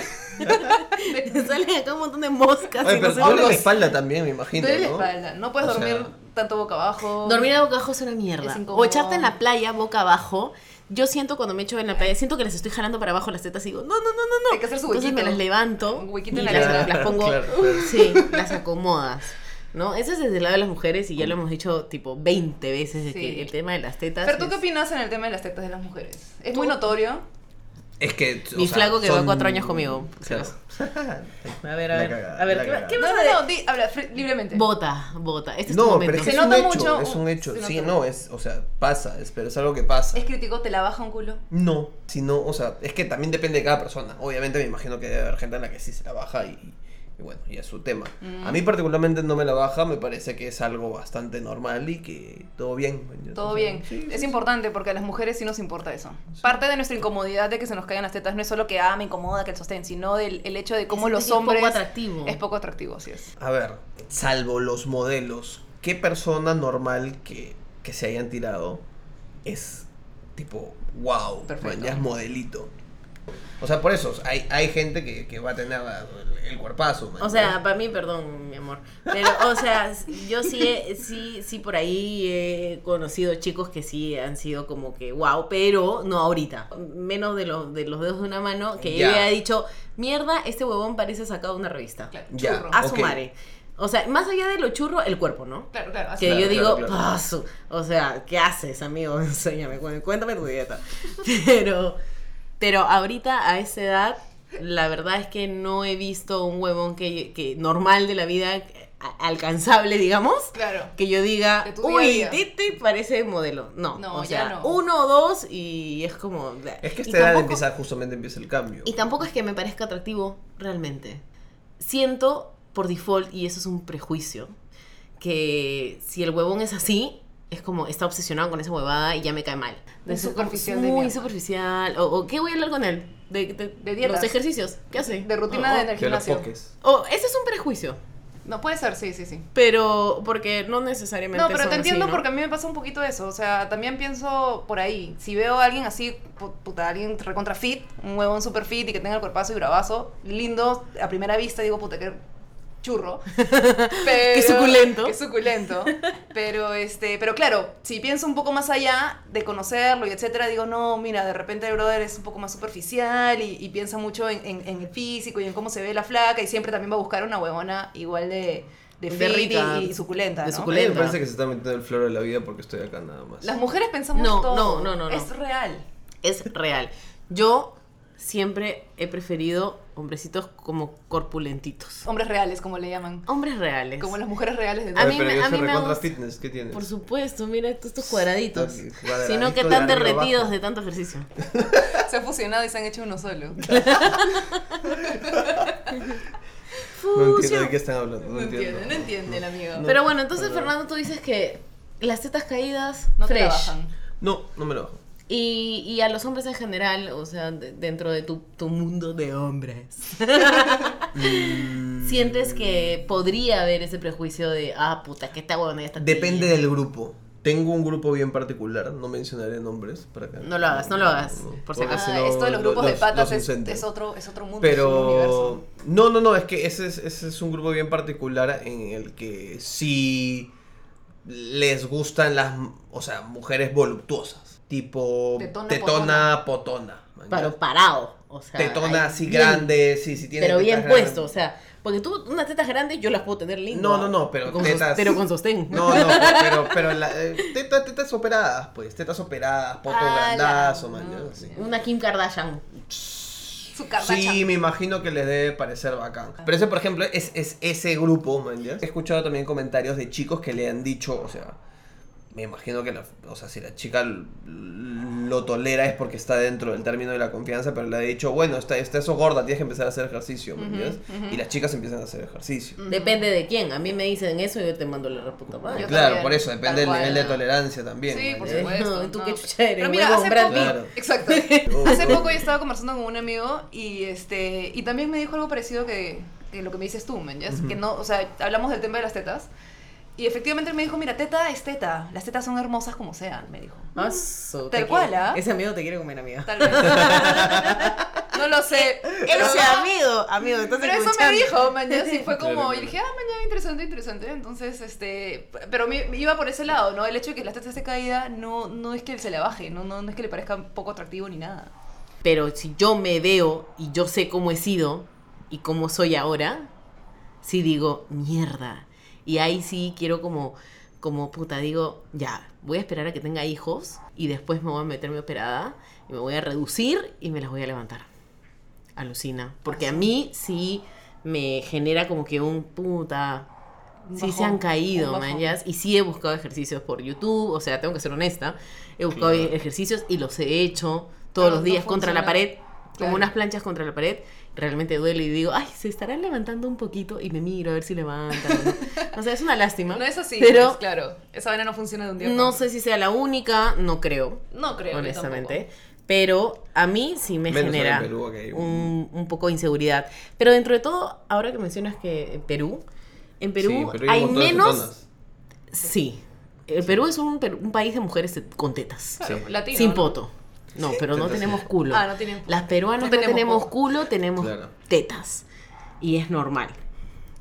Salen acá un montón de moscas.
Oye,
y no
pero
sé
duele
por
la
qué.
espalda también, me imagino,
Duele la
¿no?
espalda. No puedes
O sea-
dormir tanto boca abajo.
Dormir boca abajo es una mierda.
Es incómodo.
o echarte en la playa boca abajo. Yo siento cuando me echo en la playa, siento que las estoy jalando para abajo las tetas y digo, no, no, no, no, no.
Hay que hacer su
Entonces me
huequito.
las levanto
Un huequito
y
en la
las,
arena.
las pongo,
Claro, claro.
sí, las acomodas. ¿No? Eso es desde el lado de las mujeres y ya lo hemos dicho tipo 20 veces de
Sí.
que el tema de las tetas.
Pero tú qué
es-
opinas en el tema de las tetas de las mujeres? Es muy notorio.
Es que. o
Mi
sea,
flaco que va
son-
cuatro años conmigo. por si
Claro.
acaso. A ver, a
La
ver.
cagada,
a ver,
la
¿qué-
cagada.
¿qué,
No,
vas a
no,
ver?
no, di, habla fri- libremente.
Bota, bota. Este es tu
No,
momento.
pero es que
Se
es un
nota
hecho,
mucho,
es un hecho.
se
Sí,
nota
no,
mucho.
es, o sea, pasa, es, pero es algo que pasa.
Es crítico, te la baja un culo.
No, sino, o sea, es que también depende de cada persona. Obviamente me imagino que debe haber gente en la que sí se la baja y, y bueno, ya es su tema. A
Mm.
mí particularmente no me la baja, me parece que es algo bastante normal y que todo bien. ¿no?
Todo
O sea,
bien.
sí,
es importante porque a las mujeres sí nos importa eso. Parte de nuestra incomodidad de que se nos caigan las tetas no es solo que ah, me incomoda que el sostén, sino del el hecho de cómo
Es-
los
es poco
hombres.
atractivo.
Es poco atractivo, así es.
A ver, salvo los modelos, ¿qué persona normal que, que se hayan tirado es tipo, wow,
Perfecto.
man, ya es modelito? O sea, por eso, hay, hay gente que, que va a tener ah, el, el cuerpazo. man,
O
¿no?
sea, para mí, perdón, mi amor. Pero, o sea, yo sí, he- sí, sí por ahí he conocido chicos que sí han sido como que wow, pero no ahorita. Menos de los, de los dedos de una mano que
Ya.
yo había dicho, mierda, este huevón parece sacado de una revista.
Ya,
Churro.
A su
ok.
madre. O sea, más allá de lo churro, el cuerpo, ¿no?
Claro, Ah, claro. así
Que
Claro,
yo digo,
claro, claro.
"Paso". o sea, ¿qué haces, amigo? Enséñame, cu- cuéntame tu dieta. Pero, pero ahorita a esa edad, la verdad es que no he visto un huevón que, que normal de la vida, a- alcanzable, digamos,
Claro.
que yo diga,
De tu día a
uy,
día".
Titi parece modelo. No,
No,
o
ya
sea,
no.
uno o dos y es como...
Es que
y
esta edad
tampoco-
empieza, justamente empieza el cambio.
y tampoco es que me parezca atractivo realmente. Siento por default, y eso es un prejuicio, que si el huevón es así, es como está obsesionado con esa huevada y ya me cae mal.
Muy
Eso es
superficial
como
de
Muy
mierda.
superficial. O, o, qué voy a hablar con él. De, de,
De dietas.
Los ejercicios. ¿Qué hace?
De rutina
O-
de
o-
energía.
Que los
gimnasio.
poques.
o ese es un prejuicio.
No puede ser, sí, sí, sí.
Pero porque no necesariamente.
No, pero
son
te
así,
entiendo
¿no?
porque a mí me pasa un poquito eso. O sea, también pienso por ahí. Si veo a alguien así, pu- puta, alguien recontra fit, un huevón super fit y que tenga el cuerpazo y bravazo, lindo, a primera vista digo, puta, qué churro. Pero,
Qué suculento.
Qué suculento. Pero, este, pero claro, si pienso un poco más allá de conocerlo y etcétera, digo, no, mira, de repente el brother es un poco más superficial y, y piensa mucho en, en- en el físico y en cómo se ve la flaca y siempre también va a buscar una huevona igual de... De,
De
fit y-
rica.
y, suculenta.
De
¿no?
A mí me
Lenta.
parece que se está metiendo el flor de la vida porque estoy acá nada más.
Las mujeres pensamos
No,
todo.
no, no, no, no.
Es real.
es real. Yo siempre he preferido hombrecitos como corpulentitos.
Hombres reales, como le llaman.
Hombres reales.
Como las mujeres reales de
A
Oye,
mí
pero
me-
yo
a
soy
mí me
recontra
gusta-
fitness, ¿qué tienes?
Por supuesto, mira estos, estos cuadraditos.
Ok, cuadradito
Sino que
de
tan
arriba
derretidos
abajo.
de tanto ejercicio.
Se han fusionado y se han hecho uno solo.
No entiendo de
Fusión.
qué están hablando. No, entiendo.
entiende, no entiende el amigo.
No.
Pero bueno, entonces Fernando, tú dices que las tetas caídas,
No
fresh.
trabajan.
No, no me lo bajo.
Y, y a los hombres en general, o sea, de- dentro de tu, tu mundo de hombres,
Mm.
sientes que podría haber ese prejuicio de, ah, puta, que esta huevona ya está.
Depende
tibia.
del grupo. Tengo un grupo bien particular, no mencionaré nombres para que-
No lo hagas, no lo hagas, por si
porque
acaso.
si
Ah,
no,
esto de los grupos de
los-
patas
los
es,
incendo.
es otro, es otro mundo, es un
Pero
universo.
no, no, no, es que ese es, ese es un grupo bien particular en el que sí les gustan las, o sea, mujeres voluptuosas, tipo
Tetona,
tetona, potona, man, ya.
Pero parado, o sea.
tetona
ahí
así
bien,
grande, sí, sí tiene
Pero
tetas
bien
grandes.
puesto, o sea. Porque tú, unas tetas grandes, yo las puedo tener lindas.
No, no, no, pero
Con sos-
tetas.
pero con sostén.
No, no, pero, pero la, eh, teta- tetas operadas, pues, tetas operadas, potos
Ah, la-
grandazo, man, ya,
no,
sí.
Una Kim Kardashian.
Su Kardashian.
Sí, me imagino que les debe parecer bacán. Pero ese, por ejemplo, es, es ese grupo, man. ¿ya? He escuchado también comentarios de chicos que le han dicho, o sea, me imagino que la, o sea, si la chica l- lo tolera es porque está dentro del término de la confianza, pero le ha dicho, bueno, está, está eso gorda, tienes que empezar a hacer ejercicio, man, ¿ya? Y las chicas empiezan a hacer ejercicio.
Depende de quién. A mí me dicen eso y yo te mando la puta madre.
Yo
Claro,
también,
por eso, depende
tal
del
cual.
nivel de tolerancia también.
Sí,
man,
por
¿ya?
supuesto.
Eh, No, tú qué chucha eres,
Pero mira,
huevón,
hace
Brad
poco-
Claro.
Exacto.
Oh,
hace
oh.
poco yo estaba conversando con un amigo y este y también me dijo algo parecido que, que lo que me dices tú, man, ya es que no, o sea, hablamos del tema de las tetas y efectivamente él me dijo, "Mira, teta es teta, las tetas son hermosas como sean", me dijo.
Ah, su-
Tal
te
cual,
quiere-
¿ah?
Ese amigo te quiere comer, amiga.
Tal vez. no lo sé. pero-
Ese amigo, amigo, estás
Pero eso me
escuchando.
dijo, mañana sí fue como,
Claro,
y dije, ah, mañana interesante, interesante. Entonces, este, pero me, me iba por ese lado, ¿no? El hecho de que la teta esté caída no, no es que él se la baje, no, no, no es que le parezca poco atractivo ni nada.
Pero si yo me veo y yo sé cómo he sido y cómo soy ahora, sí digo, mierda. Y ahí sí quiero como, como puta, digo, ya, voy a esperar a que tenga hijos y después me voy a meterme operada y me voy a reducir y me las voy a levantar. Alucina. Porque a mí sí me genera como que un puta.
Un
Sí se
bajón,
han caído,
un bajón.
mañas. Y sí he buscado ejercicios por YouTube. O sea, tengo que ser honesta. He buscado
Claro.
ejercicios y los he hecho todos
Pero
los
no
días contra la
funciona.
pared. Como
Claro.
unas planchas contra la pared. Realmente duele y digo, ay, se estarán levantando un poquito. Y me miro a ver si levantan. o no. o sea, es una lástima.
No es así,
Pero
pues, claro. Esa vaina no funciona de un día para
no
otro.
sé si sea la única. No creo,
No creo. yo
honestamente. Pero a mí sí me
Menos en
genera
Perú, que hay un-
un, un poco de inseguridad. Pero dentro de todo, ahora que mencionas que en Perú, en Perú,
Sí, en Perú
hay
un montón de
menos...
tetonas.
Sí. El Perú es un, per- un país de mujeres te- con tetas.
tampoco. Claro,
Sí.
latino,
sin
¿no?
poto. No, pero no
Tetas,
tenemos
sí.
culo.
Ah, no tienen culo.
Las peruanas no
No
tenemos,
tenemos poto.
culo, tenemos
Claro.
tetas. Y es normal.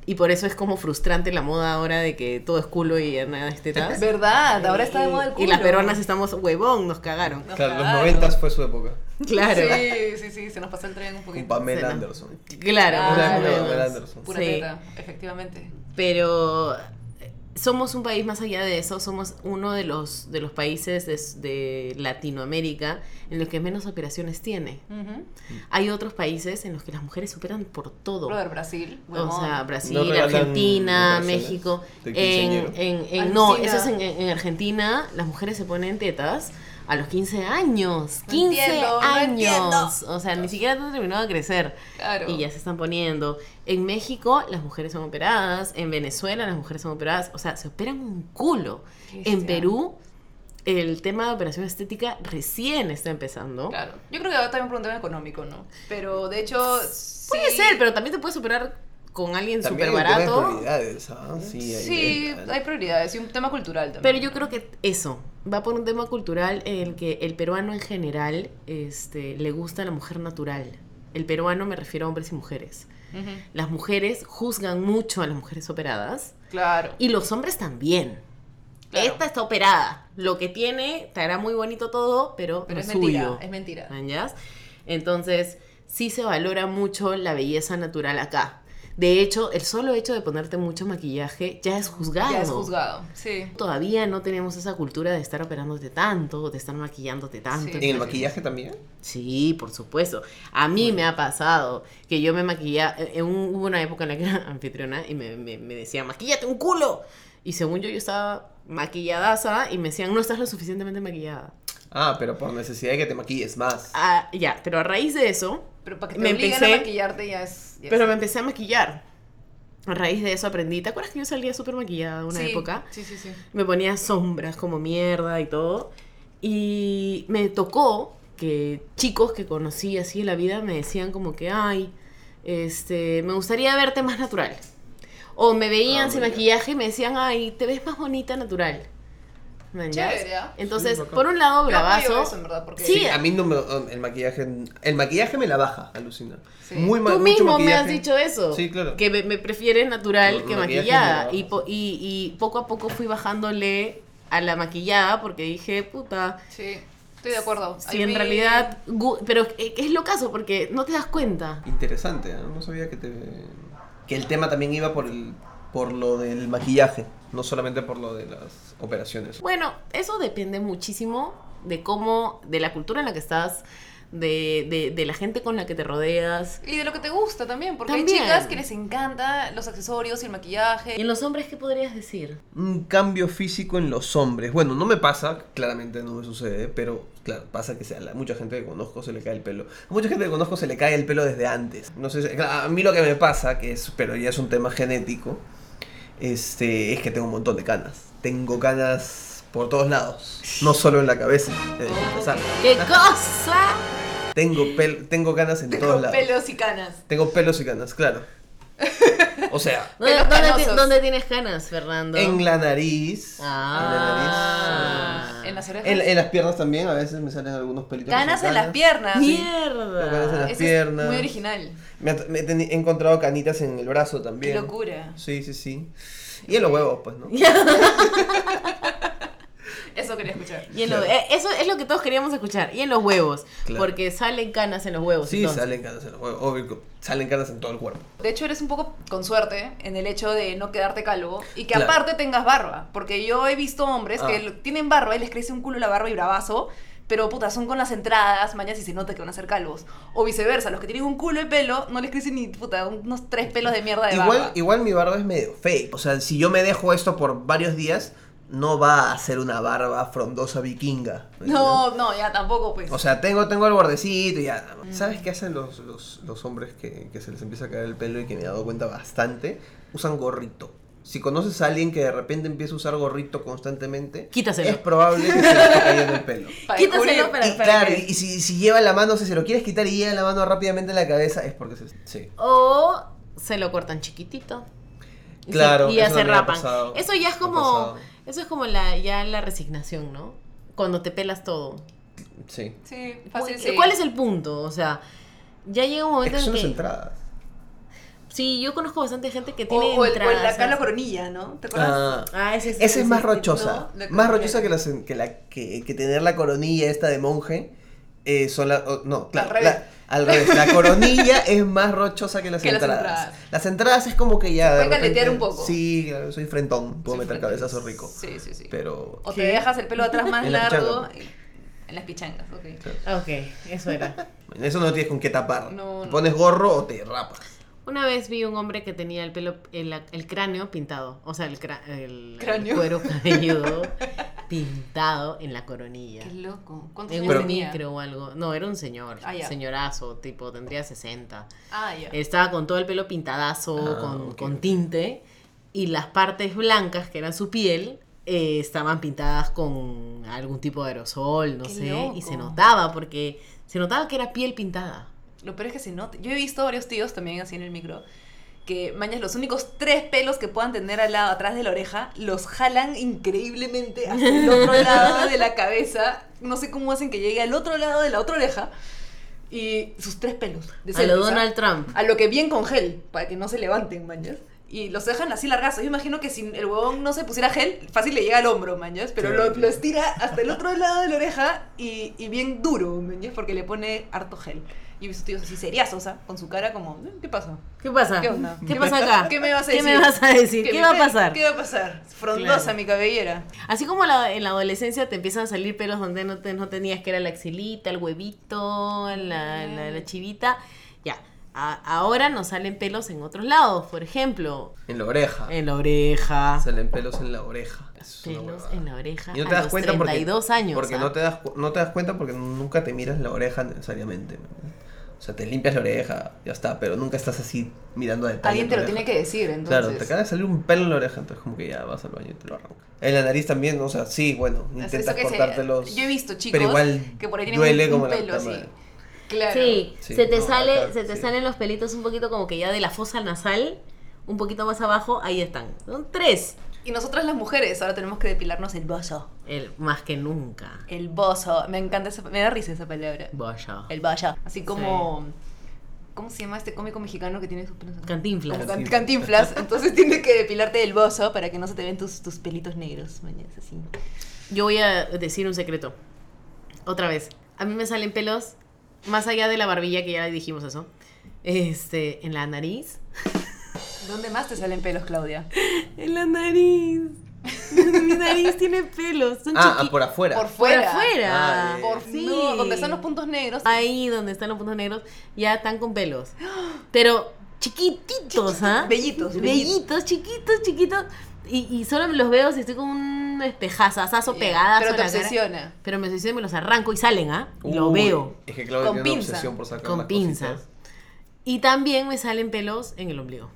Y por eso es como frustrante la moda ahora de que todo es culo y ya nada es tetas.
Verdad, ahora está de moda el
Y-
culo.
Y las peruanas estamos, huevón, nos cagaron.
Nos
Claro, los
cagaron.
noventas fue su época.
Claro.
Sí, sí, sí, se nos pasó el tren un
Con
poquito.
Pamela
Cena.
Anderson.
Claro.
Ah,
más o
la época de
menos.
Pamela Anderson.
Pura
Sí.
teta, efectivamente.
pero eh, somos un país más allá de eso, somos uno de los, de los países de, de Latinoamérica en los que menos operaciones tiene.
Ujú.
Hay otros países en los que las mujeres operan por todo.
Brother, Brasil.
O sea, Brasil,
No regalan
Argentina,
operaciones
México.
de
En,
quinceañero.
en- en- no,
Alucina.
eso es en, en Argentina. Las mujeres se ponen tetas a los 15 años. 15
entiendo, no
años.
entiendo.
o sea, ni siquiera han terminado de crecer.
Claro.
Y ya se están poniendo. En México las mujeres son operadas. En Venezuela las mujeres son operadas. O sea, se operan un culo. En
Cristian.
Perú el tema de operación estética recién está empezando.
Claro. Yo creo que va también por un tema económico, ¿no? Pero de hecho.
Puede
sí-
ser, pero también te puedes operar con alguien
También
súper
hay un tema de
barato.
prioridades, ¿ah? Sí, hay-
Sí,
hay-
hay prioridades y un tema cultural también.
Pero yo creo que eso va por un tema cultural en el que el peruano en general este, le gusta la mujer natural. El peruano me refiero a hombres y mujeres.
Ujú.
Las mujeres juzgan mucho a las mujeres operadas
Claro.
y los hombres también.
Claro.
Esta está operada. Lo que tiene te hará muy bonito todo, pero,
Pero
no
es
suyo.
mentira, es mentira.
¿Mañas? Entonces, sí se valora mucho la belleza natural acá. De hecho, el solo hecho de ponerte mucho maquillaje ya es juzgado.
Ya es juzgado. Sí.
Todavía no tenemos esa cultura de estar operándote tanto, de estar maquillándote tanto.
Sí.
¿En el maquillaje también?
Sí, por supuesto. A mí me ha pasado que yo me maquillaba. eh, en un- hubo una época en la que era anfitriona y me, me- me decía, maquillate un culo. Y según yo, yo estaba maquilladaza y me decían, no estás lo suficientemente maquillada.
Ah, pero por necesidad de que te maquilles más.
Ah, ya, pero a raíz de eso,
Pero para que te
Me
obliguen
empecé-
a maquillarte ya es. ya
pero
es-
me empecé a maquillar. A raíz de eso aprendí. ¿Te acuerdas que yo salía súper maquillada una
Sí,
época?
Sí, sí, sí.
Me ponía sombras como mierda y todo. Y me tocó que chicos que conocí así en la vida me decían como que, ay, este, me gustaría verte más natural. O me veían
Ah,
sin
ya.
maquillaje y me decían, ay, te ves más bonita natural. ¿Me entiendes?
Chévere, ¿ah?
Entonces,
Sí, bacán.
por un lado,
Yo apoyo
bravazo.
eso, en verdad, porque-
Sí,
A mí no me, el maquillaje el maquillaje me la baja, alucina.
Sí.
Muy mal,
Tú
mucho
mismo me
maquillaje.
has dicho eso.
Sí, claro.
Que me, me prefieres natural
Mm,
que
maquillaje
maquillada.
me
Y, po- y, y poco a poco fui bajándole a la maquillada porque dije, puta,
Sí. Estoy de acuerdo.
si
A
en
mí-
realidad... gu- Pero e- es lo caso porque no te das cuenta.
Interesante, ¿eh? no sabía que te que el tema también iba por el por lo del maquillaje, no solamente por lo de las operaciones.
Bueno, eso depende muchísimo de cómo, de la cultura en la que estás, de, de, de la gente con la que te rodeas.
Y de lo que te gusta también, porque
También.
hay chicas que les encanta los accesorios y el maquillaje.
¿Y en los hombres qué podrías decir?
Un cambio físico en los hombres. Bueno, no me pasa, claramente no me sucede, pero claro, pasa que a la- mucha gente que conozco se le cae el pelo. A mucha gente que conozco se le cae el pelo desde antes. No sé, si- a mí lo que me pasa, que es, pero ya es un tema genético, este, es que tengo un montón de canas. Tengo canas por todos lados, no solo en la cabeza. eh, empezar.
¡Qué cosa!
Tengo, pel- tengo canas en todos lados.
pelos y canas.
Tengo pelos y canas, claro. O sea,
¿Dónde,
Pelos
dónde ti-
canosos.
dónde tienes canas, Fernando?
en la nariz.
Ah.
En la nariz.
En las
eh,
orejas.
En, en las piernas también, a veces me salen algunos pelitos.
Canas en las piernas.
¡Mierda!
Tengo canas en las
Eso es
piernas.
muy original.
Me, ha- me he, teni- he encontrado canitas en el brazo
Qué
también.
locura.
Sí, sí, sí. Y en los huevos, pues, ¿no?
Eso quería escuchar.
Y en los-
Claro.
eh, eso es lo que todos queríamos escuchar. Y en los huevos.
Claro.
Porque salen canas en los huevos.
Sí,
entonces.
salen canas en los huevos. Obvio, salen canas en todo el cuerpo.
De hecho, eres un poco con suerte en el hecho de no quedarte calvo y que
Claro.
aparte tengas barba. Porque yo he visto hombres
Ah.
que lo- tienen barba y les crece un culo la barba y bravazo, pero puta, son con las entradas, mañas y se nota que van a ser calvos. O viceversa, los que tienen un culo de pelo no les crece ni puta, unos tres pelos de mierda de
Igual,
barba.
igual mi barba es medio fake. O sea, si yo me dejo esto por varios días, no va a ser una barba frondosa vikinga. ¿no?
No, no, ya tampoco, pues.
O sea, tengo, tengo el bordecito y ya.
Mm.
¿Sabes qué hacen los, los, los hombres que, que se les empieza a caer el pelo y que me he dado cuenta bastante? Usan gorrito. Si conoces a alguien que de repente empieza a usar gorrito constantemente,
Quítaselo.
es probable que se le esté cayendo el pelo.
Para
Quítaselo
descubrir.
para,
y
para
claro,
que-
y si, si lleva la mano, o sea, si lo quieres quitar y lleva la mano rápidamente en la cabeza, es porque se... Sí.
O se lo cortan chiquitito. Y se-
Claro,
Y ya
eso
se
también ha
rapan.
pasado,
eso ya es
ha
como.
pasado.
Eso es como la, ya la resignación, ¿no? Cuando te pelas todo.
Sí.
Sí, fácil,
¿Cuál-
sí.
¿Cuál es el punto? O sea, ya llega un
Es
momento
que son
en
las
que.
entradas.
Sí, yo conozco bastante gente que
O,
tiene
o el, o el-
entradas.
acá la coronilla, ¿no? ¿Te acuerdas?
Ah.
Ah, ese,
Esa es más
ese-
rochosa.
¿no? La
Más
coronilla.
rochosa que, las- que, la, que, que tener la coronilla esta de monje. eh, son la- o- no, claro.
revés.
la- al revés. La coronilla es más rochosa que las
Que las
entradas. Las entradas.
entradas.
es como que ya.
Se
de
puede caletear
repente-
un poco.
Sí, claro, soy frentón. Puedo meter cabezazo rico.
Sí, sí, sí.
Pero.
O te dejas el pelo atrás más
En la
largo. en las pichangas, ok.
Ok, eso era.
Eso no tienes con qué tapar.
No,
Te
no.
pones gorro o te rapas.
Una vez vi un hombre que tenía el pelo, el, el cráneo pintado, o sea, el, cra- el- el
Cráneo.
cuero cabelludo pintado en la coronilla.
Qué loco. ¿Cuántos
En
años
un
tenía?
micro o algo. No, era un señor,
Ah, ya.
señorazo, tipo, tendría 60.
Ah, ya.
Estaba con todo el pelo pintadazo,
Ah,
con,
ok.
con tinte, y las partes blancas, que eran su piel, eh, estaban pintadas con algún tipo de aerosol, no
Qué
sé, y se
loco.
notaba, porque se notaba que era piel pintada.
Lo peor es que se nota. Yo he visto varios tíos también así en el micro. Que mañas los únicos tres pelos que puedan tener al lado, atrás de la oreja, los jalan increíblemente hacia el otro lado de la cabeza. No sé cómo hacen que llegue al otro lado de la otra oreja. Y sus tres pelos. de
A lo
selfies, ¿ah?
Donald Trump.
A lo que bien con gel, para que no se levanten, mañas. Y los dejan así largazos. Yo imagino que si el huevón no se pusiera gel, fácil le llega al hombro, mañas. Pero lo,
Claro.
lo estira hasta el otro lado de la oreja y, y bien duro, mañas, porque le pone harto gel. Y mis tíos así seriazos, o sea, con su cara como, "Eh, ¿qué pasa?
¿Qué pasa?
¿Qué onda?
¿Qué pasa acá?
¿Qué me vas a
¿Qué
decir?
me vas a decir? ¿Qué
me-
va a pasar?
¿Qué va a pasar? Frondosa
Claro.
mi cabellera.
Así como la- en la adolescencia te empiezan a salir pelos donde no, te- no tenías, que era la axilita, el huevito, la, la- la chivita, ya. A- ahora nos salen pelos en otros lados, por ejemplo,
En la oreja.
en la oreja.
Salen pelos en la oreja. Eso es una
Pelos
huevada.
en la oreja.
Y no te
a
das
los
cuenta porque-
32 años.
Porque
¿ah?
no, te das, cu- no te das cuenta porque nunca te miras la oreja necesariamente. ¿no? O sea, te limpias la oreja, ya está, pero nunca estás así mirando a detalle.
Alguien
tu
te lo
oreja.
tiene que decir, entonces.
Claro, te acaba de salir un pelo en la oreja, entonces como que ya vas al baño y te lo arrancas. En la nariz también, o sea, sí, bueno,
Es
intentas
eso que se-
cortártelos.
yo he visto chicos
pero igual
que por ahí tienen
duele
un,
como
un
la
pelo
puta
así.
madre.
Claro.
Sí,
Sí,
se te
no,
sale,
acá,
se te
sí.
salen los pelitos un poquito como que ya de la fosa nasal, un poquito más abajo, ahí están. Son tres.
Y nosotras las mujeres ahora tenemos que depilarnos el bozo.
El, más que nunca.
El bozo. Me encanta esa me da risa esa palabra.
Vaya.
El bozo. Así como ¿Cómo se llama este cómico mexicano que tiene sus pelos? acá?
Cantinflas.
Como can- Cantinflas. Entonces tienes que depilarte el bozo para que no se te ven tus, tus pelitos negros, mañana así.
Yo voy a decir un secreto. Otra vez. A mí me salen pelos más allá de la barbilla, que ya dijimos eso. Este, en la nariz.
¿Dónde más te salen pelos, Claudia?
En la nariz. Mi nariz tiene pelos. Son
Ah, ah,
chiqui-
por afuera.
Por
por
fuera.
afuera.
Ah, ya.
Por
Sí. Ah,
no, donde están los puntos negros.
Ahí donde están los puntos negros, ya están con pelos. Pero chiquititos, ¿ah?
Bellitos,
Bellitos, chiquitos, chiquitos. Y, y solo los veo si estoy con un espejazazazo pegada.
Eh, Pero te
a la cara.
obsesiona.
Pero me obsesiono y me los arranco y salen, ¿ah? Y Lo
Uy,
veo.
Es que Claudia
Con
tiene una
pinza.
obsesión por sacar
Con
las
pinza.
cositas.
Y también me salen pelos en el ombligo.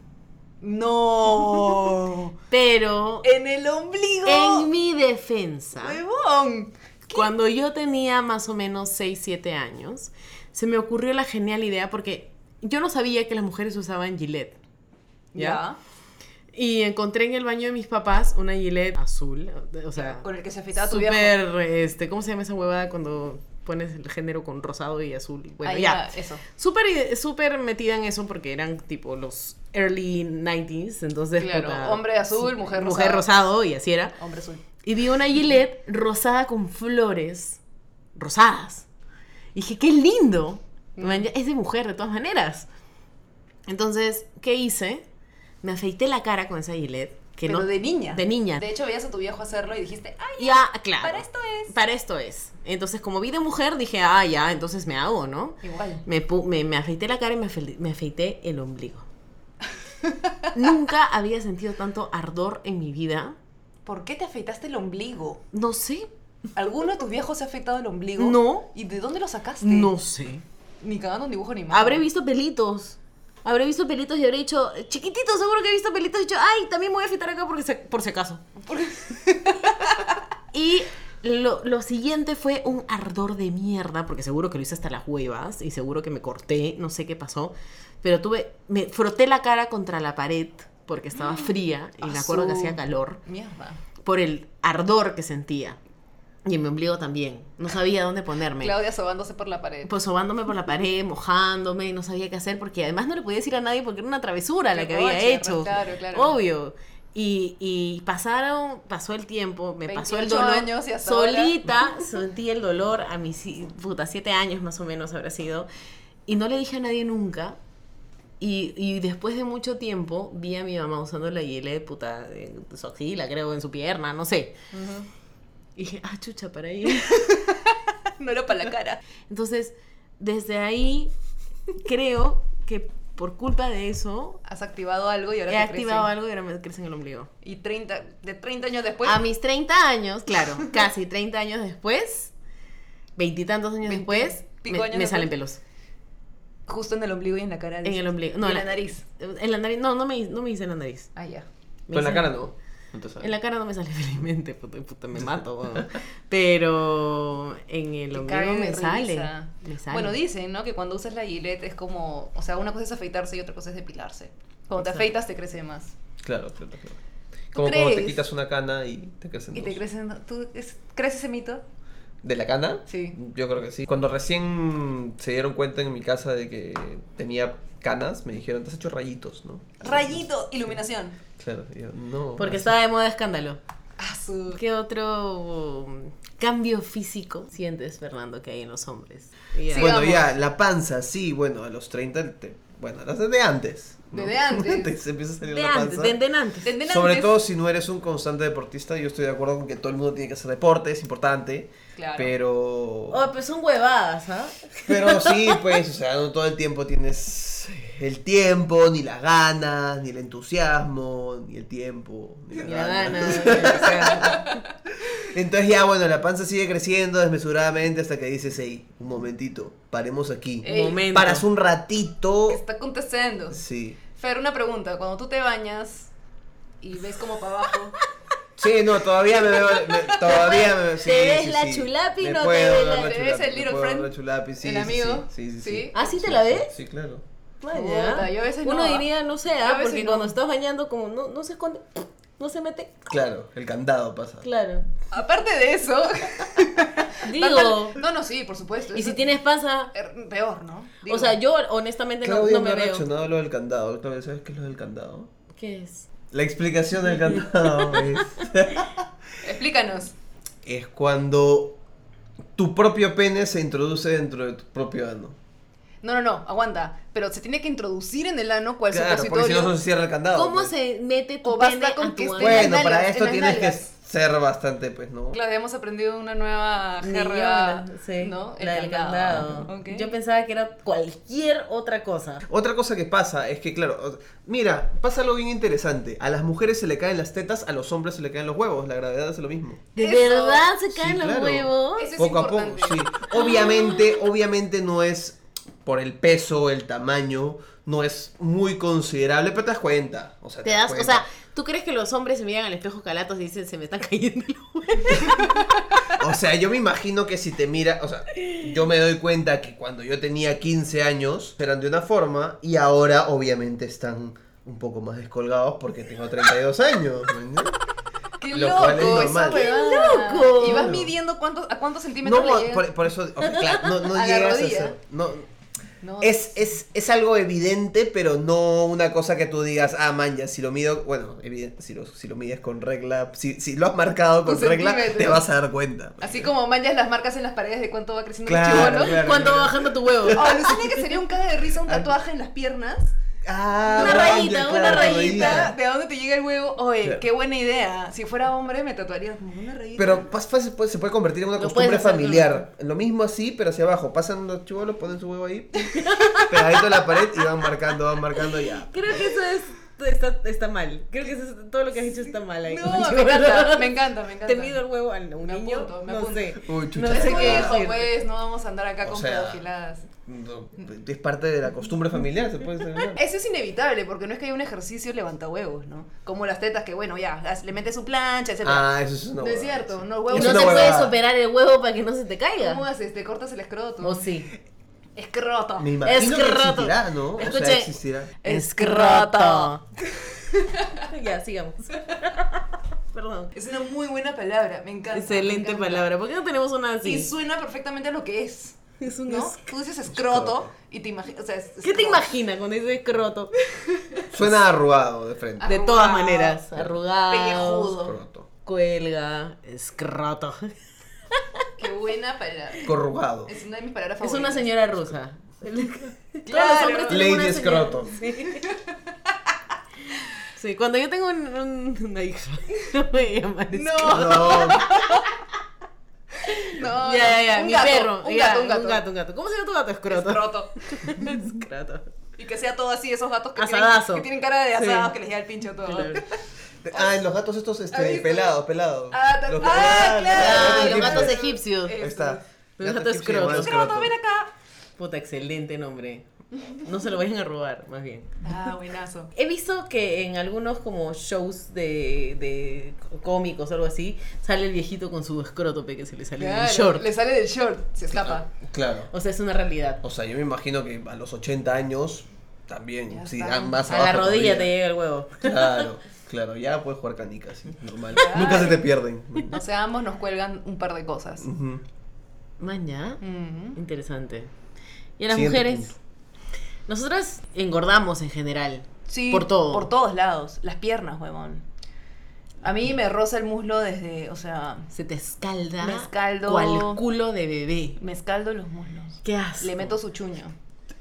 No.
Pero
en el ombligo.
en mi defensa,
¡Huevón!
cuando yo tenía más o menos 6, 7 años, se me ocurrió la genial idea porque yo no sabía que las mujeres usaban Gillette. ¿Ya?
Ya.
Y encontré en el baño de mis papás una Gillette azul, o sea,
Con el que se afeitaba tu viejo.
súper, este, ¿cómo se llama esa huevada cuando pones el género con rosado y azul? Bueno,
Ahí
ya.
va, Eso.
Súper, súper metida en eso porque eran tipo los early 90s, entonces...
Claro,
puta,
hombre azul, mujer
Mujer rosado y así era.
Hombre azul.
Y vi una Gillette rosada con flores rosadas. Y dije, qué lindo.
Mm.
Man, ya- Es de mujer, de todas maneras. Entonces, ¿qué hice? Me afeité la cara con esa Gillette. Que
Pero
no,
de niña.
De niña.
De hecho, veías a tu viejo hacerlo y dijiste, ¡ay!
Ya, claro.
Para esto es.
Para esto es. Entonces, como vi de mujer, dije, ah, ya, entonces me hago, ¿no?
Igual.
Me, pu- me, me afeité la cara y me, afe- me afeité el ombligo. Nunca había sentido tanto ardor en mi vida.
¿Por qué te afeitaste el ombligo?
No sé,
¿Alguno de tus viejos se ha afeitado el ombligo?
No.
¿Y de dónde lo sacaste?
no sé.
Ni cagando un dibujo ni más.
Habré visto pelitos. Habré visto pelitos y habré dicho, chiquitito, seguro que he visto pelitos. Y dicho, ay, también me voy a afeitar acá porque se- por si acaso. y lo, lo siguiente fue un ardor de mierda, porque seguro que lo hice hasta las huevas y seguro que me corté, no sé qué pasó. Pero tuve, me froté la cara contra la pared porque estaba fría y me acuerdo que
Azul.
hacía calor
Mierda.
por el ardor que sentía. Y en mi ombligo también. No sabía dónde ponerme
Claudia sobándose por la pared.
pues sobándome por la pared, mojándome, no sabía qué hacer, porque además no le podía decir a nadie porque era una travesura la
Qué
que había
coche,
hecho.
claro, claro.
Obvio. Y, y pasaron, pasó el tiempo, me pasó el
28
dolor.
años y hasta
solita sentí el dolor a mis si- puta, siete años más o menos habrá sido. Y no le dije a nadie nunca. Y, y después de mucho tiempo vi a mi mamá usando la Gillette, puta, en su axila, creo, en su pierna, no sé. Y dije, ah, chucha, para ir.
no era para la cara.
Entonces, desde ahí creo que por culpa de eso
Has activado algo y ahora
he
te
activado
crece.
algo y ahora me crece en el ombligo.
Y 30, de 30 años después.
A mis 30 años, claro, casi 30 años después, veintitantos años
Veinti-
después, me,
pico años
me salen
después.
pelos.
Justo en el ombligo y en la cara.
En el ombligo.
No,
No,
en
en
la nariz.
En la nariz, no, no me, no me hice en la nariz.
Ah, ya.
Me
Pero en la
hice-
cara no. no te sale.
En la cara no me sale felizmente, puta, puta, me mato. weón. Pero en el
Que
ombligo
caguen de
me
risa.
sale, me sale.
Bueno, dicen, ¿no? Que cuando usas la Gillette es como, o sea, una cosa es afeitarse y otra cosa es depilarse. Cuando te
Exacto.
afeitas te crece más.
Claro, claro, claro.
¿Tú
Como cuando te
crees?
quitas una cana y te crecen
Y te
dos.
crecen, ¿tú es- crece ese mito?
¿De la cana?
Sí.
Yo creo que sí. Cuando recién se dieron cuenta en mi casa de que tenía canas, me dijeron, te has hecho rayitos, ¿no?
Rayito, iluminación.
Claro, y yo, no.
Porque
no".
estaba de moda escándalo.
Ah, su-
¿Qué otro um, cambio físico sientes, Fernando, que hay en los hombres? Y ya.
Sí,
Bueno,
vamos.
ya, la panza, sí, bueno, a los 30, te- bueno, desde antes.
Desde antes.
se empieza a salir
de
la
antes,
panza.
de, de antes.
Desde
Sobre
antes-
todo si no eres un constante deportista, yo estoy de acuerdo con que todo el mundo tiene que hacer deporte, es importante.
Claro.
Pero.
Oh, pues son huevadas, ¿ah?
Pero sí, pues, o sea, no todo el tiempo tienes el tiempo, ni las ganas, ni el entusiasmo, ni el tiempo, ni las
Ni la gana.
ganas.
o sea,
Entonces ya, bueno, la panza sigue creciendo desmesuradamente hasta que dices, hey, un momentito, paremos aquí.
Ey,
momento.
Paras un ratito.
¿Qué está aconteciendo?
Sí.
Fer, una pregunta. Cuando tú te bañas y ves como para abajo,
Sí, no, todavía me veo. me- todavía me veo. sí,
¿Te ves
sí,
la
sí.
chulapi?
Me
¿No te ves
puedo ver
la-
la
te ves
chulapi,
el
me
little
puedo ver
friend?
la chulapi, sí,
el
sí,
amigo,
Sí, sí, sí.
¿sí?
¿Ah, sí te la ves?
Sí, claro.
Vaya.
Puta, yo a veces
Uno
no, ¿ah?
diría, no sé,
Yo a
ah,
veces
porque
no.
cuando estás bañando, como no, no se esconde, no se mete.
Claro, el candado pasa.
Claro.
aparte de eso.
Digo,
No, no, sí, por supuesto.
y si
Eso-
tienes panza,
Er, Peor, ¿no?
o sea, yo honestamente no,
Claudia
no
no
me
ha
veo.
reaccionado a lo del candado. Claudia, ¿sabes qué es lo del candado?
¿Qué es?
La explicación del candado es,
Explícanos.
es cuando tu propio pene se introduce dentro de tu propio ano.
No, no, no, aguanta. Pero se tiene que introducir en el ano cual
Claro, porque si
supositorio.
no se cierra el candado.
¿Cómo
pues.
se mete tu
O basta
pene
con
a tu
que
ano?
esté-
Bueno,
En las
para
nalgas,
esto
en las
tienes que
nalgas.
ser bastante, pues, ¿no?
Claudia, hemos aprendido una nueva
Ni
jerga.
yo, la- sí,
¿no? El
la del candado.
Ok.
Yo pensaba que era cualquier otra cosa.
Otra cosa que pasa es que, claro, o- mira, pasa algo bien interesante. A las mujeres se le caen las tetas, a los hombres se le caen los huevos. La gravedad es lo mismo.
¿De
Eso.
verdad se
Sí,
caen los
claro.
huevos?
Eso es
poco a poco,
importante.
sí. Obviamente, obviamente no es por el peso, el tamaño, no es muy considerable, pero te das cuenta. O sea,
Te das, o
cuenta.
sea, ¿tú crees que los hombres se miran al espejo calatos y dicen se me están cayendo los huevos?
O sea, yo me imagino que si te mira, o sea, yo me doy cuenta que cuando yo tenía 15 años eran de una forma y ahora obviamente están un poco más descolgados porque tengo 32 años. ¿me entiendes?
¡Qué
Lo
loco!
cual es
esa
normal. ¡Qué
huevada!
loco!
Y vas
Claro.
midiendo cuántos, a cuántos centímetros
No,
le llega.
por, por eso, o sea, claro, no, no
A la
llegas a
rodilla.
ser- no,
No,
Es, es, es algo evidente, pero no una cosa que tú digas, ah, man, ya, si lo mido, bueno, evidente, si, lo, si lo mides con regla, si, si lo has marcado con
Con
regla, te
centímetros.
vas a dar cuenta.
Así como manchas las marcas en las paredes de cuánto va creciendo
Claro,
el chivo, ¿no?
claro, Ah,
¿Cuánto va
claro.
bajando tu huevo?
Oh, alucina que sería un caga de risa un tatuaje en las piernas.
Ah,
Una
man,
rayita,
ya,
una
claro,
rayita.
¿De dónde te llega el huevo? Oye,
Claro.
qué buena idea. Si fuera hombre, me tatuaría como una rayita.
Pero pas- pas- se puede- se puede convertir en una
Lo
costumbre
puedes hacer,
familiar. Lo mismo así, pero hacia abajo. Pasan los chivolos, ponen su huevo ahí, pegadito a la pared y van marcando, van marcando ya.
Creo que eso es, está, está mal. Creo que eso es- todo lo que has hecho está mal ahí.
No, me encanta, me encanta, me encanta.
Te mido el huevo a un
Me
niño,
apunto, me
no
apunto.
sé.
Uy, chucha,
No
Es
sé
tu
qué
hijo,
decirte.
pues, no vamos a andar acá
O
con
sea,
pedofiladas.
No, Es parte de la costumbre familiar, se puede celebrar.
Eso es inevitable, porque no es que haya un ejercicio levanta huevos, ¿no? Como las tetas que, bueno, ya, las- le metes su plancha, etc.
Ah, eso es una
no es
huevada,
cierto,
sí.
no,
Y
huevos.
Es
no
una
te
huevada.
puedes operar el huevo para que no se te caiga.
¿Cómo haces? ¿Te cortas el escroto?
¿O Oh, sí?
Escroto.
Me imagino que
Escroto.
existirá, ¿no? O sea,
Escuche.
existirá.
Escroto.
ya, sigamos. Perdón.
Es una muy buena palabra, me encanta. me
Excelente
encanta.
palabra. ¿Por qué no tenemos una
Y
así?
suena perfectamente a lo que es.
Es un
¿No?
es-
Tú dices escroto y te imaginas. O sea, es-
¿Qué te
escroto.
imaginas cuando dices escroto?
Suena arrugado de frente.
De
Arrugado,
todas maneras. Arrugado.
Pellejudo.
Escroto.
Cuelga. Escroto.
Qué buena palabra.
Corrugado.
Es una de mis palabras
Es
favoritas.
una señora rusa. Todos los
Claro.
hombres tienen una
Lady
señora-
escroto.
Sí. Sí, cuando yo tengo un- un- una hija, no me llaman escroto.
No,
No, no.
Ya, ya, ya,
Un
mi
gato,
perro.
Un
ya,
gato, un gato.
un gato, un gato. ¿Cómo se llama tu gato? Escroto.
Escroto.
Escroto.
Y que sea todo así, esos gatos que,
Asadazo.
tienen, que tienen cara de asados
Sí.
que les llega el pincho todo.
Claro.
Ah, en los gatos estos
¿Has
este,
visto?
pelados, pelados.
Ah, ta-
Los-
ah, claro.
Ah, los
egipcios.
gatos egipcios.
Este,
Ahí está.
Los
Gato
gatos
egipcio llamado
escroto.
Escroto, ven acá.
Puta, excelente nombre. No se lo vayan a robar, más bien.
Ah, buenazo.
He visto que en algunos como shows de, de cómicos o algo así, sale el viejito con su escroto pe, que se le sale del
Claro,
short.
Le sale del short, se escapa.
Claro.
O sea, es una realidad.
O sea, yo me imagino que a los 80 años también,
Ya
si
está.
dan más
a la
abajo
rodilla te
todavía.
llega el huevo.
Claro, claro, ya puedes jugar canicas, sí, normal. Nunca se te pierden.
O sea, ambos nos cuelgan un par de cosas.
Ujú.
Man, ya.
Mm.
Interesante. Y a las
Siguiente
mujeres.
punto.
Nosotras engordamos en general.
Sí,
Por todo.
Por todos lados. Las piernas, huevón. A mí me roza el muslo desde, o sea,
Se te escalda.
Me escaldo.
Cual culo de bebé.
me escaldo los muslos.
¿Qué haces?
Le meto su chuño.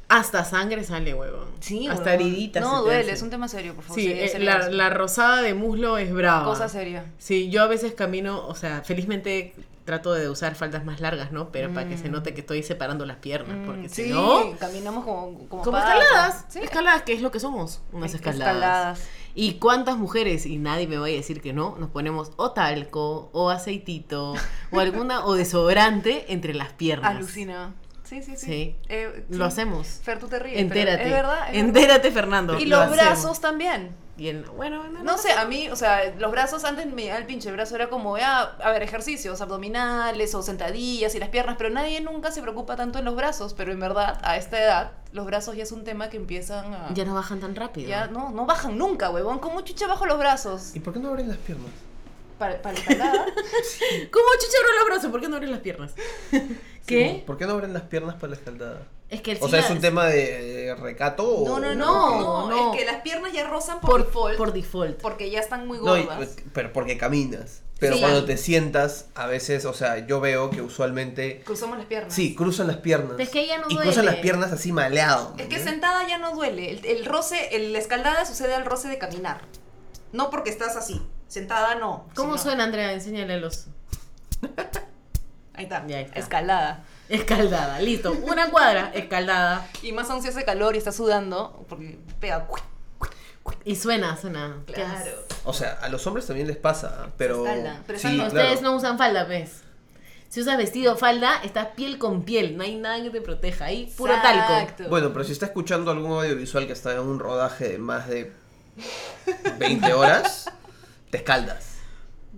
Hasta sangre sale, huevón.
Sí,
Hasta
huevón.
heriditas. se
No,
te
duele,
hacen.
es un tema serio, por favor.
Sí,
sería
eh,
serio
la,
eso.
la rosada de muslo es brava.
Cosa seria.
Sí, yo a veces camino, o sea, felizmente trato de usar faldas más largas, ¿no? Pero para que se note que estoy separando las piernas,
Mm,
porque
sí,
si no...
caminamos como Como,
Como
patas.
escaladas,
Sí,
escaladas, que es lo que somos, unas escaladas.
escaladas.
Y cuántas mujeres, y nadie me va a decir que no, nos ponemos o talco, o aceitito, o alguna, o desodorante entre las piernas.
Alucina. Sí, sí, sí.
Sí.
Eh,
Lo
sí.
hacemos.
Fer, tú te ríes. pero
Entérate.
Es verdad. es verdad.
Entérate, Fernando.
Y
lo
los
hacemos.
brazos también.
Y el- bueno, no,
No sé, a mí, o sea, los brazos antes me llegaba el pinche brazo, era como, ah, a ver, ejercicios abdominales o sentadillas y las piernas, pero nadie nunca se preocupa tanto en los brazos, pero en verdad, a esta edad, los brazos ya es un tema que empiezan a...
Ya no bajan tan rápido.
ya, no, no bajan nunca, huevón, como chucha bajo los brazos?
¿Y por qué no abren las piernas?
Para, para escalada.
¿Cómo chucha abro los brazos? ¿Por qué no abres las piernas? ¿Qué?
¿Por qué no abren las piernas para la escaldada?
Es que el
O sea,
sí
¿es un
la-
tema de eh, recato o...?
No, no, no,
no,
no,
Oh, no.
es que las piernas ya rozan por,
por,
default,
por default.
porque ya están muy
No, y- eh,
gordas.
pero porque caminas. Pero
Sí.
cuando te sientas, a veces, o sea, yo veo que usualmente...
Cruzamos las piernas.
Sí, cruzan las piernas.
Es que ya no
Y cruzan
duele.
las piernas así maleado.
Es que
¿no?
sentada ya no duele. El, el roce, el, la escaldada sucede al roce de caminar. No porque estás así. Sentada no.
¿Cómo
sino-
suena, Andrea? Enséñale a los.
Ahí está.
Ya está.
Escaldada.
Escaldada, listo. Una cuadra, escaldada.
Y más aún si hace calor y estás sudando, porque pega.
Y suena, suena. ¿Qué
Claro.
haces?
O sea, a los hombres también les pasa, ah, pero...
escalda. Pero
sí,
esas no-
claro.
Ustedes no usan falda, ¿ves? Si usas vestido falda, estás piel con piel. No hay nada que te proteja. Ahí puro talco.
Exacto.
Bueno, pero si está escuchando algún audiovisual que está en un rodaje de más de 20 horas, te escaldas.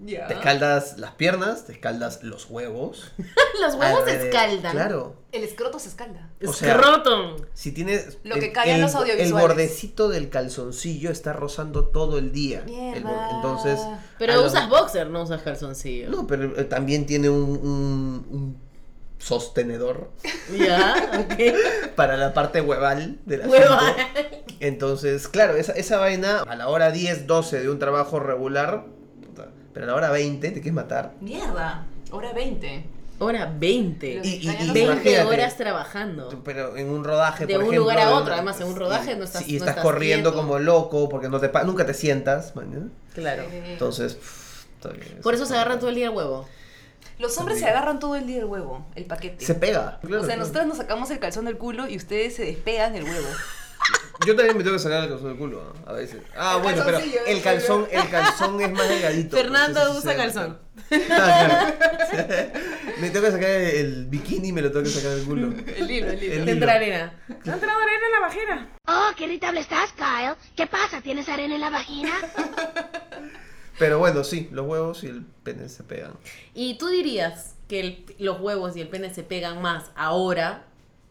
Ya.
Te escaldas las piernas, te escaldas los huevos.
Los huevos se
Alrededor-
escaldan.
Claro.
El escroto se escalda.
O sea-
Escroto.
Si tienes.
Lo que cae en los audiovisuales.
El bordecito del calzoncillo está rozando todo el día.
Mierda.
El bor- entonces.
Pero
a los-
usas boxer, no usas calzoncillo.
No, pero eh, también tiene un, un- un sostenedor
Ya, ok.
para la parte hueval de la
Hueval.
Entonces, claro, esa, esa vaina a la hora 10, 12 de un trabajo regular, puta, pero a la hora 20 te quieres matar.
Mierda. Hora 20.
Hora 20.
Y, y- y
20
imagínate,
horas trabajando.
Pero en un rodaje,
De
por
un
ejemplo,
lugar a
de-
otro, además, en un rodaje no estás-
sí, Y
no
estás,
estás
corriendo
quieto.
como loco porque no te pa- nunca te sientas, man, ¿eh?
Claro.
Entonces, pff, está bien,
Por eso se agarran todo el día el huevo.
Los hombres se agarran todo el día el huevo, el paquete.
Se pega. claro,
o sea,
claro.
nosotros nos sacamos el calzón del culo y ustedes se despegan del huevo.
Yo también me tengo que sacar el calzón del culo, ¿no? a veces. Ah,
El
bueno, pero
calzoncillo,
el
el
calzón, el calzón es más delgadito.
Fernando
entonces sí
usa
se-
calzón.
Ah, claro. Me tengo que sacar el bikini y me lo tengo que sacar del culo.
El hilo, el hilo.
El
Te
hilo.
entra arena. Te entra arena en la vagina.
Oh, qué irritable estás, Kyle. ¿Qué pasa? ¿Tienes arena en la vagina?
Pero bueno, sí, los huevos y el pene se pegan.
¿Y tú dirías que el- los huevos y el pene se pegan más ahora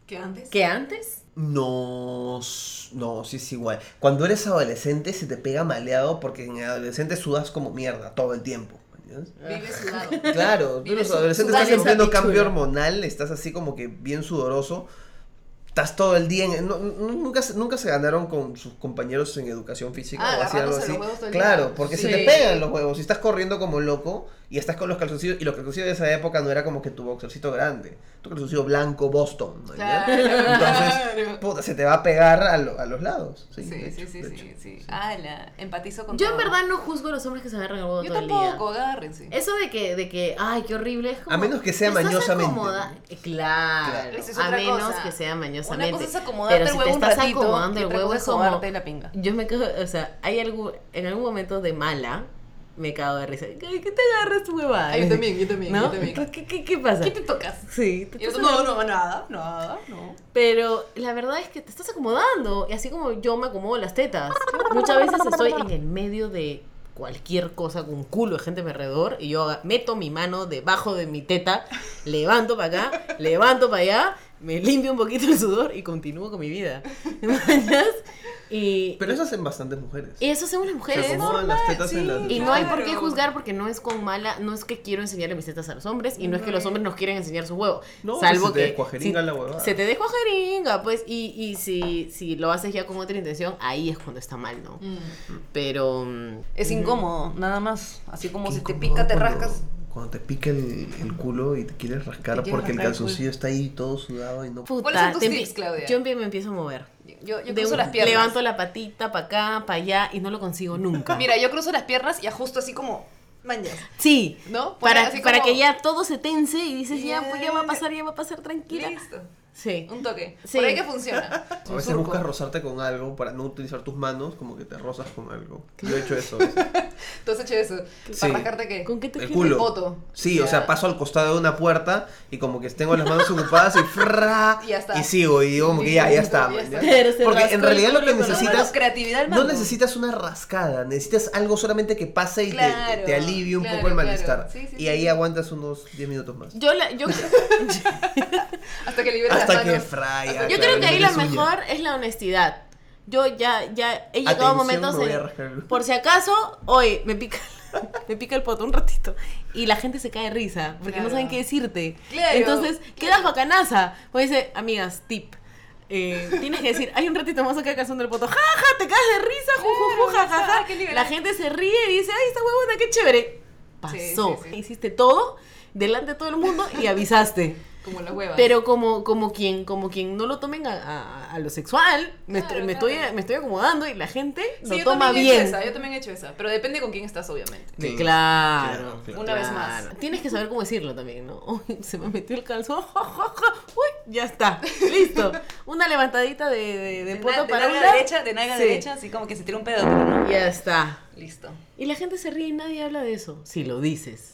¿Qué antes?
que antes?
No, s- no, sí es igual. Cuando eres adolescente se te pega maleado porque en adolescente sudas como mierda todo el tiempo. ¿me entiendes?
Vive sudado.
Claro, tú
Vive
los
su-
adolescentes
sudando
estás en pleno
esa
cambio
pichula.
hormonal, estás así como que bien sudoroso. Estás todo el día en- no- no- nunca, se- nunca se ganaron con sus compañeros en educación física
Ah,
o así, algo
agarrándose
así.
los huevos todo el
Claro,
día.
porque se
Sí.
te pegan los huevos. Y estás corriendo como loco y estás con los calzoncillos. Y los calzoncillos de esa época no era como que tu boxercito grande. Tu calzoncillo blanco Boston. ¿no? ¿Ya?
Claro.
Entonces, puta, se te va a pegar a, lo- a los lados. Sí, de
Sí,
hecho,
sí, sí,
de
sí,
hecho,
sí. Ala, empatizo con
Yo en
todo.
verdad no juzgo a los hombres que se agarran el huevo
Yo
todo el
tampoco,
día.
agárrense.
Eso de que, de que, ay, qué horrible. Es como,
A menos que sea
¿estás
mañosamente,
acomoda-
¿no?
Eh, Claro.
Esa es
a
otra
menos
cosa.
que sea mañosamente.
Una cosa es acomodarte
Pero si
el huevo
te
un
estás
ratito,
acomodando
y
el
otra
huevo
cosa
es
es
como.
sobarte la pinga.
Yo me cago, o sea, hay algo, en algún momento de mala me cago de risa. Ay, ¿Qué te agarras tu huevada?
Ay, Ah, yo también, yo también,
¿No?
yo también.
¿Qué, qué, qué pasa?
¿Qué te tocas?
Sí, te
Y yo,
estás
no, no, nada, nada, no.
Pero la verdad es que te estás acomodando. Y así como yo me acomodo las tetas. Muchas veces estoy en el medio de cualquier cosa con un culo de gente a mi alrededor. Y yo haga- meto mi mano debajo de mi teta, levanto para acá, levanto para allá, me limpio un poquito el sudor y continúo con mi vida. ¿Me entiendes? Y,
Pero eso hacen bastantes mujeres.
y eso hacemos las mujeres.
Se acomodan las tetas en la...
Y no hay por qué
Claro.
juzgar porque no es con mala, no es que quiero enseñarle mis tetas a los hombres y no es que los hombres nos quieren enseñar su huevo.
No,
salvo
se te
que
descuajeringa
si-
la huevada.
Se te descuajeringa, pues, y, y si, si lo haces ya con otra intención, ahí es cuando está mal, ¿no? Pero mm,
Mm. Es incómodo, nada más. Así como
Qué
si te
incómodo
pica, te
cuando-
rascas.
Cuando te pica el, el culo y te quieres rascar
Te quieres
porque
rascar el
el
culo.
calzoncillo está ahí todo sudado y no...
puta,
¿Cuáles son tus
te
tips,
empie-
Claudia?
Yo empie- me empiezo a mover.
Yo, yo
De
cruzo
un-
las piernas.
Levanto la patita para acá, para allá y no lo consigo nunca.
Mira, yo cruzo las piernas y ajusto así como. Manjas.
Sí,
¿No? Poner
para,
así
para
como-
que ya todo se tense y dices, ya, pues ya va a
Ya.
pasar, ya va a pasar, tranquila.
Listo.
Sí.
Un toque.
Sí.
Por ahí que funciona.
A veces buscas rozarte con algo para no utilizar tus manos, como que te rozas con algo. Yo he hecho eso. a veces.
Tú has hecho eso. ¿Para
Sí.
rascarte qué?
¿Con qué te
el
quieres?
culo.
el poto.
Sí, o
Ya.
sea, paso al costado de una puerta y como que tengo las manos ocupadas y frrra,
Y ya está.
y sigo y digo como que ya, ya
Ya
está. man,
está.
ya. Porque en realidad lo que necesitas
creatividad al
no
mango.
necesitas una rascada, necesitas algo solamente que pase y te- te,
Claro,
te alivie un
claro,
poco el
claro.
malestar.
Sí, sí,
y
sí,
ahí
sí.
aguantas unos 10 minutos más.
Yo, la, yo,
Hasta que liberes
Hasta
las
que
manos.
fraya.
yo creo que ahí la mejor es la honestidad. Yo ya, ya he llegado a
Atención,
momentos
me voy a rascar el-
en, por si acaso, hoy me pica, me pica el poto un ratito y la gente se cae de risa porque no
Claro.
saben qué decirte.
Claro.
Entonces, quedas bacanaza. O dice, amigas, tip. eh, tienes que decir, hay un ratito más acá calzón del poto. ¡Ja, ja! Te caes de risa, ju, ju, ju, ja, ja,
qué
ja.
liberal.
La gente se ríe y dice, ¡ay, esta huevona, qué chévere!
Sí, sí,
Pasó.
sí.
Hiciste todo delante de todo el mundo y avisaste.
Como la hueva.
Pero como, como quien, como quien no lo tomen a, a- a lo sexual, me,
Claro,
estoy, me,
claro.
estoy, me estoy acomodando y la gente
Sí,
lo
yo
toma
también ¿eh? he hecho
bien.
esa, yo también he hecho esa. Pero depende con quién estás, obviamente.
Sí,
Sí,
claro,
claro, claro.
Una vez más.
claro. Tienes que saber cómo decirlo también, ¿no? Uy, se me metió el calzón. ja, ja, ja. Uy, ya está. Listo. Una levantadita de, de, de
De,
poto
na- de
para un
nalga
lado.
derecha, de nalga
Sí.
derecha, así como que se tira un pedo, pero no.
Ya está.
Listo.
Y la gente se ríe y nadie habla de eso. Si lo dices.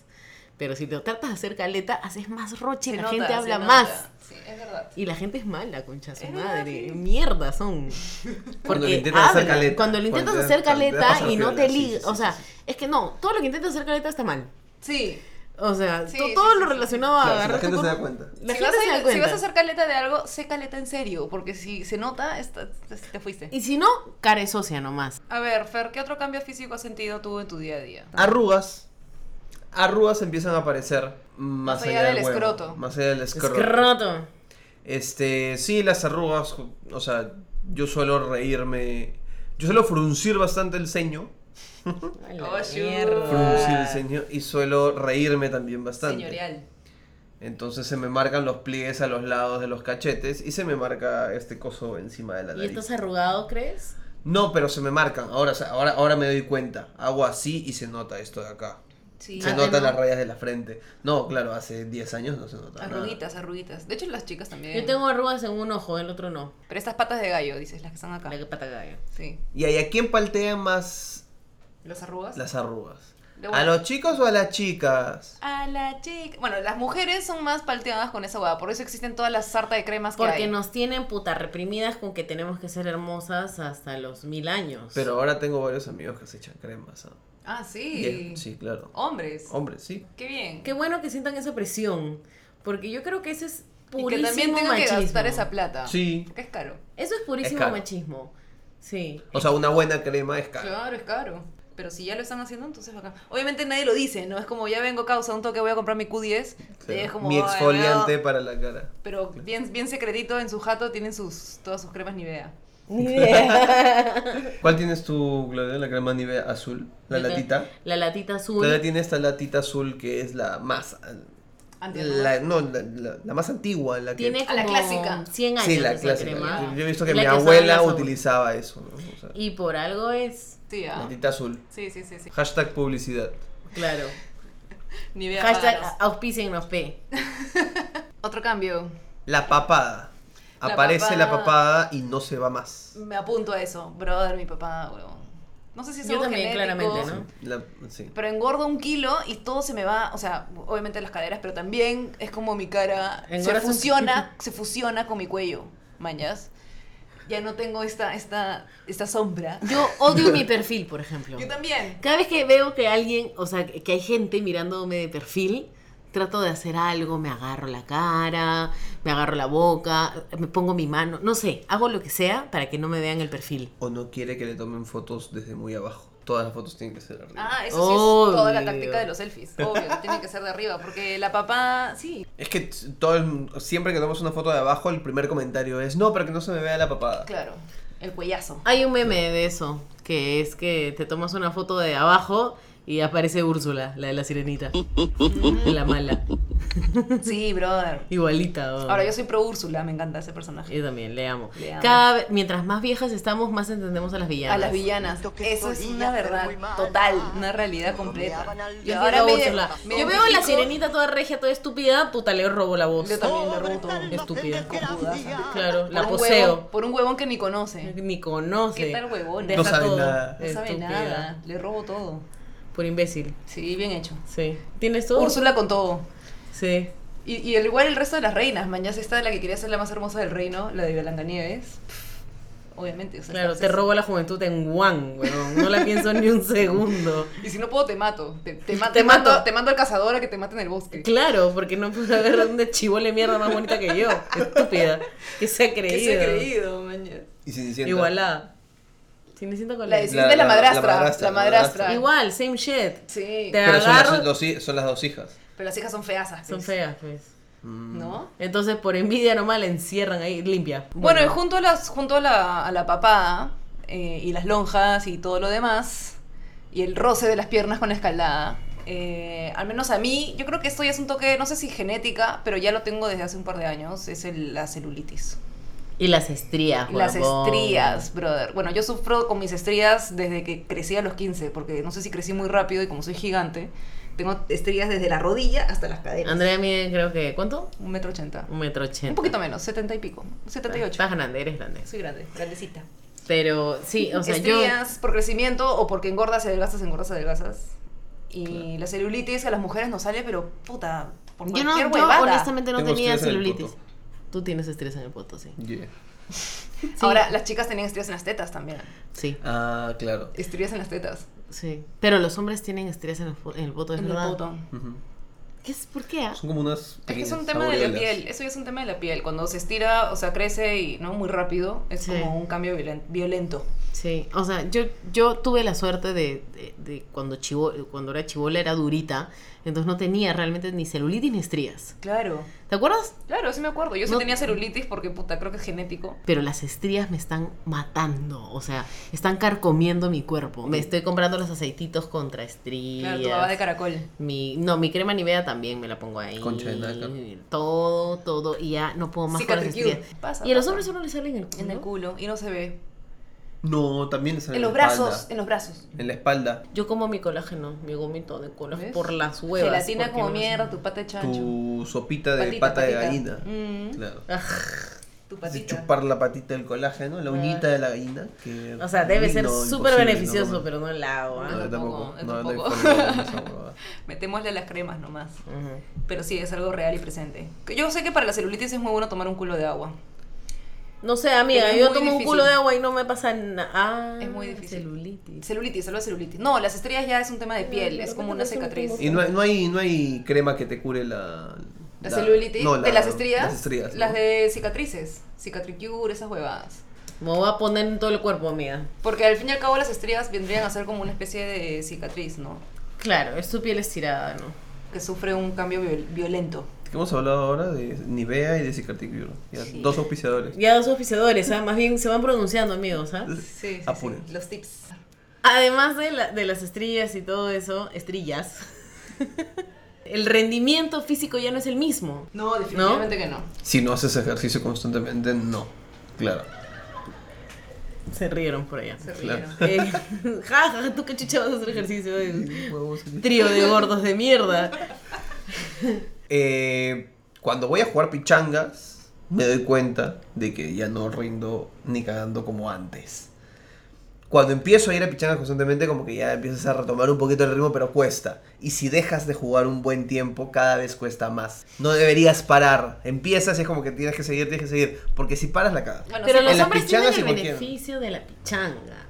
Pero si lo tratas de hacer caleta, haces más roche y
Se
la
nota,
gente
se
habla
nota.
más.
Sí, es verdad.
Y la gente es mala, concha su
Es verdad,
madre.
sí.
Mierda son.
Cuando
Porque
le intentas hacer
hablan.
caleta.
Cuando lo intentas
Cuando te-
hacer
cuando te
caleta
pasas
y no
piola,
te
sí,
ligas.
sí,
o
sí,
sea,
sí.
es que no, todo lo que intentas hacer caleta está mal.
Sí.
O sea,
Sí,
to-
sí,
todo
sí,
lo
sí.
relacionado a
Claro, si la
agarrar tu
gente se da
cuerpo-
cuenta.
La
si,
gente
vas
se
a,
da
si
cuenta.
vas a hacer caleta de algo, sé caleta en serio, porque si se nota, está- te fuiste.
Y si no, care socia nomás.
A ver, Fer, ¿qué otro cambio físico has sentido tú en tu día a día?
Arrugas. Arrugas empiezan a aparecer más,
Más allá
allá,
del
huevo,
escroto.
Más allá del escroto.
Escroto.
Este, sí, las arrugas, o sea, yo suelo reírme, yo suelo fruncir bastante el ceño,
Ay, la
Oh, shoo.
mierda.
fruncir el ceño y suelo reírme también bastante.
Señorial.
Entonces se me marcan los pliegues a los lados de los cachetes y se me marca este coso encima de la
¿Y
nariz.
estás arrugado, crees?
No, pero se me marcan. Ahora, o sea, ahora, ahora me doy cuenta. Hago así y se nota esto de acá.
Sí.
Se
Ah,
notan
no.
las rayas de la frente. No, claro, hace 10 años no se nota. Nada.
Arruguitas, arruguitas. De hecho, las chicas también.
Yo tengo arrugas en un ojo, el otro no.
Pero estas patas de gallo, dices, las que están acá.
La que pata gallo.
Sí.
Y ahí, ¿a quién paltean más
¿Las arrugas?
las arrugas?
De
¿A
buena-
los chicos o a las chicas?
A la chica. Bueno, las mujeres son más palteadas con esa hueá. Por eso existen todas las sarta de cremas que
Porque
hay.
nos tienen puta reprimidas con que tenemos que ser hermosas hasta los mil años.
Pero ahora tengo varios amigos que se echan cremas. ¿ah?
Ah, sí.
Bien, Sí, claro.
Hombres.
Hombres, sí.
Qué bien.
Qué bueno que sientan esa presión, porque yo creo que ese es
y
purísimo
que también tengan
machismo.
que gastar esa plata.
Sí.
Porque es caro.
Eso es purísimo
caro.
machismo. Sí.
O sea, una buena crema es cara.
Claro, es caro. Pero si ya lo están haciendo, entonces bacán. Obviamente nadie lo dice, ¿no? Es como ya vengo causa un toque, voy a comprar mi Q10.
Claro.
Es como,
Mi
"Ay,
exfoliante
no".
para la cara.
Pero bien, bien secretito en su jato tienen sus, todas sus cremas Nivea.
¿Cuál tienes tú, Gloria? La crema Nivea azul, la latita.
La latita azul.
Gloria tiene esta latita azul que es la más... La, no, la, la- la más antigua, la que...
Tiene
A la
como
clásica.
100 años
Sí, la
esa
clásica.
crema.
Yo- Yo he visto que
La
mi
usaban
abuela
las abu-
utilizaba eso. ¿no? O sea,
Y por algo es,
Sí, ¿ah?
latita azul.
sí, sí, sí, sí.
Hashtag publicidad.
claro.
Nivea. páganos.
Hashtag auspicienos P.
Otro cambio.
La papada.
La
Aparece la
papada.
papada y no se va más.
Me apunto a eso. Brother, mi papá, huevón. No sé si es
Yo
algo
también,
genético,
claramente, ¿no?
La- sí.
Pero engordo un kilo y todo se me va, o sea, obviamente las caderas, pero también es como mi cara se
Engordas un-
fusiona, se fusiona con mi cuello, mañas. Ya no tengo esta, esta, esta sombra.
Yo odio mi perfil, por ejemplo.
Yo también.
Cada vez que veo que alguien, o sea, que que hay gente mirándome de perfil, trato de hacer algo, me agarro la cara, me agarro la boca, me pongo mi mano, no sé, hago lo que sea para que no me vean el perfil.
O no quiere que le tomen fotos desde muy abajo. Todas las fotos tienen que ser arriba.
Ah, eso sí es toda la
Obvio.
táctica de los selfies. Obvio, tiene que ser de arriba, porque la papá, sí,
Es que t- todo el- siempre que tomas una foto de abajo, el primer comentario es no, para que no se me vea la papada.
claro, el cuellazo.
Hay un meme de eso, que es que te tomas una foto de abajo y aparece Úrsula, la de la sirenita. la mala.
Sí, brother.
Igualita. ¿no?
Ahora yo soy pro Úrsula, me encanta ese personaje.
Yo también, le amo.
Le amo.
Cada vez, mientras más viejas estamos, más entendemos a las villanas.
A las villanas. Eso es una verdad total, una realidad completa. Yo
Yo quiero
ahora
a
me,
Úrsula.
me
Yo veo a la
identifico-
sirenita toda regia, toda estúpida, puta, le robo la voz.
Yo también le robo todo.
Estúpida.
Dudaza.
Claro, la
Por un
poseo.
huevón- por un huevón que ni conoce.
Ni conoce.
¿Qué tal huevón?
Deja
No sabe
todo.
nada.
No sabe
Estúpida.
nada. Le robo todo.
Por imbécil.
Sí, bien hecho.
Sí. ¿Tienes todo?
Úrsula con todo.
Sí.
Y, y al igual el resto de las reinas. Mañana está la que quería ser la más hermosa del reino, la de Blancanieves. Pff, Obviamente. o sea,
Claro,
está-
te robo la juventud en One, weón. No la pienso ni un segundo.
Y si no puedo, te mato. Te, te ma-
Te
te mando,
mato.
te mando al cazador a que te mate en el bosque.
Claro, porque no pude haber una chivole mierda más bonita que yo. Estúpida. Que se ha
¿Qué
creído.
se ha creído, mañana?
Y sin diciendo.
Igualada. Sí, me siento con
La
la,
de Cinta, la madrastra, la madrastra.
Igual, same shit.
Sí.
Te
Pero son
agarro.
las, dos hi- son las dos hijas. Mm.
Pero las hijas son feasas.
Son
pues,
feas, pues.
¿No?
Entonces, por envidia nomás la encierran ahí limpia.
Bueno, y junto a, las, junto a la, a la papada eh, y las lonjas y todo lo demás, y el roce de las piernas con la escalada, eh, al menos a mí, yo creo que esto ya es un toque, no sé si genética, pero ya lo tengo desde hace un par de años, es el- la celulitis.
Y las estrías,
Las
huevón.
estrías, brother. Bueno, yo sufro con mis estrías desde que crecí a los 15, porque no sé si crecí muy rápido y como soy gigante, tengo estrías desde la rodilla hasta las caderas.
Andrea mide, creo que, ¿cuánto?
Un metro ochenta.
Un metro ochenta.
Un poquito menos, setenta y pico. Setenta y ocho.
Estás grande, eres grande.
Soy grande, grandecita.
Pero sí, o sea,
estrías por crecimiento o porque engordas, adelgazas, engordas, adelgazas. Y la celulitis a las mujeres nos sale, pero puta, por
yo. Yo no,
cualquier
yo
huevada.
honestamente no
Tengo
tenía
estrías en el
celulitis.
poto.
Tú tienes estrías en el poto, sí.
Yeah.
Sí.
Ahora, las chicas tenían estrías en las tetas también.
Sí,
Ah, claro.
Estrías en las tetas.
sí. Pero los hombres tienen estrías en el, fo- en el poto, es
En el
verdad.
poto.
Ujú.
¿Qué es? ¿Por qué? ah?
Son como unas.
Es que es
pequeñas
un tema de la
aureolas.
piel, eso ya es un tema de la piel. Cuando se estira, o sea, crece y no muy rápido, es
Sí.
como un cambio violen- violento.
Sí, o sea, yo, yo tuve la suerte de, de- de cuando chivo, cuando era chivola era durita, entonces no tenía realmente ni celulitis ni estrías.
Claro,
¿Te acuerdas?
claro, sí me acuerdo. Yo sí
No-
tenía celulitis porque puta, creo que es genético.
Pero las estrías me están matando, o sea, están carcomiendo mi cuerpo. Me estoy comprando los aceititos contra estrías.
Claro, tu baba de caracol.
mi, no, mi crema Nivea también me la pongo ahí.
Concha de nácar.
Todo, todo, y ya no puedo más con las
Cicatricure.
estrías.
Pasa,
y a los
pasa.
hombres solo les salen en el culo.
En el culo y no se ve.
No, también es en,
En
la
los brazos,
espalda.
en los brazos.
En la espalda.
Yo como mi colágeno, mi gomito de colágeno
¿Ves?
por las huevas.
Gelatina
porque
como
no sé.
mierda, tu pata de chancho.
Tu sopita de
Patita,
pata de
patita.
gallina.
Mm.
Claro.
Tu
De
patita.
chupar la patita del colágeno, la uñita de la gallina. que-
O sea, debe
Uy,
ser
no,
súper
imposible,
beneficioso,
no.
pero no la hago.
No,
¿ah?
yo tampoco.
Yo
No, no hay
tampoco.
forma de esa huevada.
Metémosle las cremas nomás.
Ujú.
Pero sí, es algo real y presente. Que Yo sé que para la celulitis es muy bueno tomar un culo de agua.
No sé, amiga,
Es
yo
muy
tomo un
difícil.
culo de agua y no me pasa nada. Ah,
Es muy difícil.
Celulitis.
Celulitis, solo celulitis. No, las estrellas ya es un tema de piel, es como una cicatriz.
Y no hay, no, hay, no hay crema que te cure la.
La celulitis
no,
de
la-
las estrellas,
Las estrías.
las
¿no?
de cicatrices, cicatricure, esas huevadas.
Me voy a poner en todo el cuerpo, amiga.
Porque al fin y al cabo las estrellas vendrían a ser como una especie de cicatriz, ¿no?
Claro, es tu piel estirada, ¿no?
Que sufre un cambio viol- violento.
Que hemos hablado ahora de Nivea y de Cicatricure. Ya, Dos auspiciadores.
Ya dos oficiadores, ¿ah? más bien se van pronunciando, amigos. ¿ah?
Sí, sí,
Apuren.
sí. Los tips.
Además de, la- de las estrías y todo eso, estrillas, el rendimiento físico ya no es el mismo.
No, definitivamente que no.
Si no haces ejercicio constantemente, no. Claro.
Se rieron por allá.
Se
Claro.
rieron.
Eh, ja, ja, tú qué chucha vas a hacer ejercicio. Trío de gordos de mierda.
Eh, cuando voy a jugar pichangas, me doy cuenta de que ya no rindo ni cagando como antes. Cuando empiezo a ir a pichangas constantemente, como que ya empiezas a retomar un poquito el ritmo, pero cuesta. Y si dejas de jugar un buen tiempo, cada vez cuesta más. No deberías parar. Empiezas y es como que tienes que seguir, tienes que seguir. Porque si paras, la cagas.
Bueno, sí,
Pero
en
los
las
hombres tienen
pichangas
el
y cualquiera.
beneficio de la pichanga.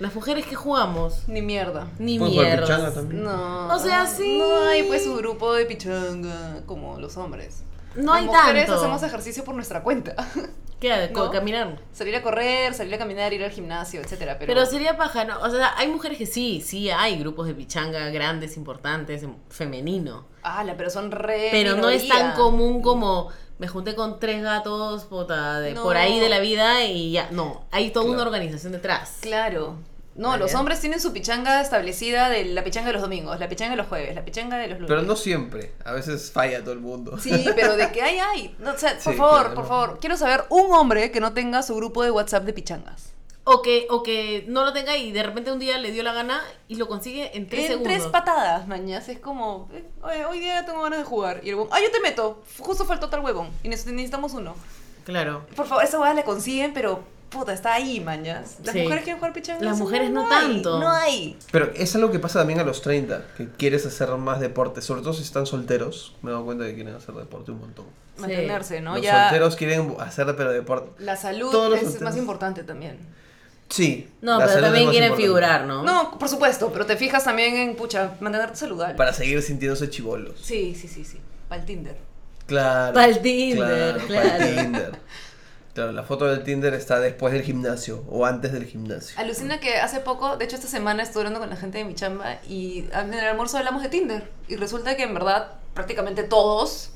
Las mujeres que jugamos,
Ni mierda.
ni
Puedes jugar
mierda.
pichanga también.
No.
O sea, sí.
No hay pues un grupo de pichanga como los hombres.
No
Las
hay
mujeres
tanto.
hacemos ejercicio por nuestra cuenta.
¿Qué? Co-
¿No?
Caminar.
salir a correr, salir a caminar, ir al gimnasio, etcétera, pero,
Pero... sería paja, ¿no? O sea, hay mujeres que sí, sí hay grupos de pichanga grandes, importantes, em- femenino.
ala, pero son re
Pero no es tan
minoría.
común como me junté con tres gatos puta, de, por ahí de la vida y ya. No, hay toda una organización detrás.
Claro. No,
Vale.
los hombres tienen su pichanga establecida de la pichanga de los domingos, la pichanga de los jueves, la pichanga de los lunes.
Pero no siempre. A veces falla todo el mundo.
Sí, pero de que hay, hay. No, o sea, por
Sí,
favor,
claro.
por favor. Quiero saber un hombre que no tenga su grupo de WhatsApp de pichangas.
O que, o que no lo tenga y de repente un día le dio la gana y lo consigue en tres
en
segundos.
tres patadas, mañas. Es como, eh, oye, hoy día tengo ganas de jugar. Y el huevón, ah, yo te meto. Justo faltó tal huevón. Y necesit- necesitamos uno.
claro.
Por favor, esa huevada la consiguen, pero puta, está ahí, mañas. Las
Sí.
mujeres quieren jugar pichangas.
Las mujeres no
hay,
tanto.
No hay.
Pero es algo que pasa también a los 30, que quieres hacer más deporte, sobre todo si están solteros. Me he dado cuenta que quieren hacer deporte un montón.
Sí.
Mantenerse, ¿no?
los
ya
solteros quieren hacer pero deporte.
la salud
todos los
es
solteros.
más importante también.
Sí.
No,
la
pero
salud es
también
más
quieren
importante.
figurar, ¿no?
No, por supuesto, pero te fijas también en, pucha, mantenerte saludable.
Para seguir sintiéndose chivolos.
Sí, sí, sí, sí. Para el Tinder.
Claro.
Pa'l Tinder,
Para
claro.
Tinder. Claro, la foto del Tinder está después del gimnasio o antes del gimnasio.
Alucina que hace poco, de hecho esta semana estuve hablando con la gente de mi chamba y en el almuerzo hablamos de Tinder. Y resulta que en verdad prácticamente todos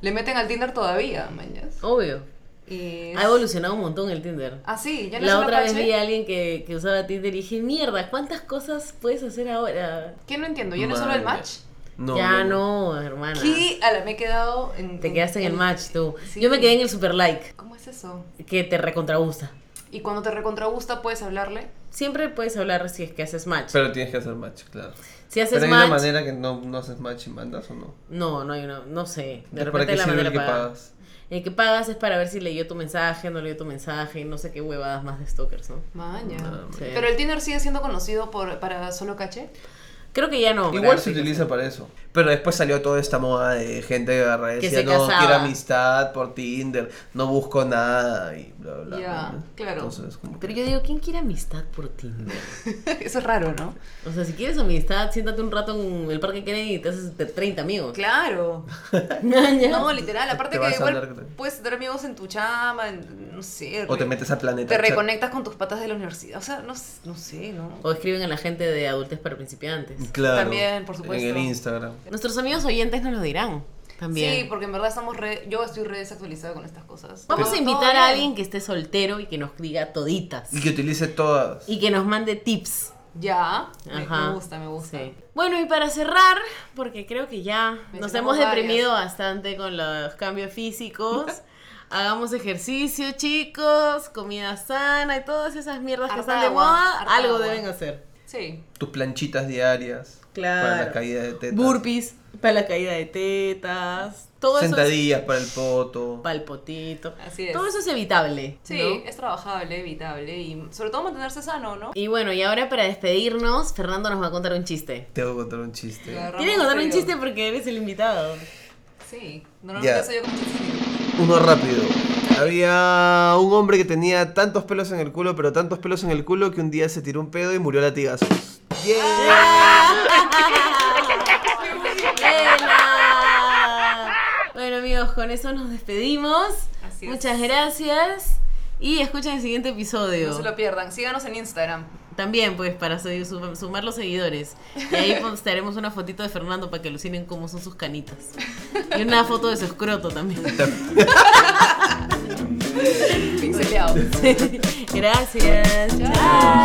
le meten al Tinder todavía, mañas.
Obvio.
Y
Oh. Ha evolucionado un montón el Tinder.
Así, Ah, ya no es
La
un
otra vez
apache.
vi a alguien que, que usaba Tinder y dije, mierda, ¿cuántas cosas puedes hacer ahora?
¿Qué no entiendo? ¿Yo no solo el match?
No,
ya no, hermana.
¿Qué? Ala, me he quedado en...
Te quedaste en el match tú.
Sí.
Yo me quedé en el super like,
¿Cómo es eso?
que te recontragusta.
Y cuando te recontragusta puedes hablarle.
Siempre puedes hablar si es que haces match.
Pero tienes que hacer match, claro.
si haces
Pero hay
match.
una manera que no, no haces match y mandas o no.
No, no hay una. No sé. De
Entonces, ¿para
repente
qué
la
sirve
manera
el que
paga.
pagas?
El que pagas es para ver si leyó tu mensaje, no leyó tu mensaje, no sé qué huevadas más de stalkers, ¿no?
Maña.
No,
Sí.
Pero el Tinder sigue siendo conocido por, para solo caché.
Creo que ya no.
Igual
¿verdad?
se utiliza para eso. Pero después salió toda esta moda de gente que agarra y
Que
decía,
se
no,
casaba".
quiero amistad por Tinder, no busco nada y bla, bla, bla.
Ya,
¿no?
claro.
Entonces, como
Pero
que-
yo digo, ¿quién quiere amistad por Tinder?
eso es raro, ¿no?
O sea, si quieres amistad, siéntate un rato en el parque Kennedy y te haces de 30 amigos.
Claro.
No,
No, literal, aparte
Te
que
vas a
igual
hablar con-
puedes tener amigos en tu chama, en- no sé.
O te
re-
metes a Planeta
Te
Chat.
reconectas con tus patas de la universidad. O sea, no, s- no sé, ¿no?
O escriben a la gente de adultez para principiantes.
Claro.
También, por supuesto.
En el Instagram.
Nuestros amigos oyentes nos lo dirán también.
Sí, porque en verdad estamos re. Yo estoy re desactualizada con estas cosas.
Vamos
Pero
a invitar
todo
a
bien.
alguien que esté soltero y que nos diga toditas.
Y que utilice todas.
Y que nos mande tips.
Ya. me-
Ajá.
Me gusta, me gusta.
Sí. Bueno, y para cerrar, porque creo que ya nos
Mencionamos
hemos
varias.
deprimido bastante con los cambios físicos. Hagamos ejercicio, chicos, comida sana y todas esas mierdas que
Harta
están de
agua,
moda,
harta
algo
agua.
deben hacer.
Sí.
Tus planchitas diarias. Para la
Claro.
caída de tetas.
Burpees para la caída de tetas, todo eso
Sentadillas para el poto.
es para el potito.
Así es.
Todo eso es evitable.
Sí,
¿no?
es trabajable, evitable y sobre todo mantenerse sano, ¿no?
Y bueno, y ahora para despedirnos, Fernando nos va a contar un chiste.
Tengo que contar un chiste.
Agarramos
Tiene que contar un
serio.
chiste porque eres el invitado.
Sí. Normalmente
Ya.
soy yo como chiste.
Uno rápido. Había un hombre que tenía tantos pelos en el culo, pero tantos pelos en el culo que un día se tiró un pedo y murió a latigazos.
Buena. Bueno amigos, con eso nos despedimos.
Así es.
Muchas gracias. Y escuchen el siguiente episodio.
No se lo pierdan. Síganos en Instagram.
También, pues, para su- su- sumar los seguidores. Y ahí postaremos una fotito de Fernando para que alucinen cómo son sus canitas. Y una foto de su escroto también.
Pixeleado.
Gracias. Chao.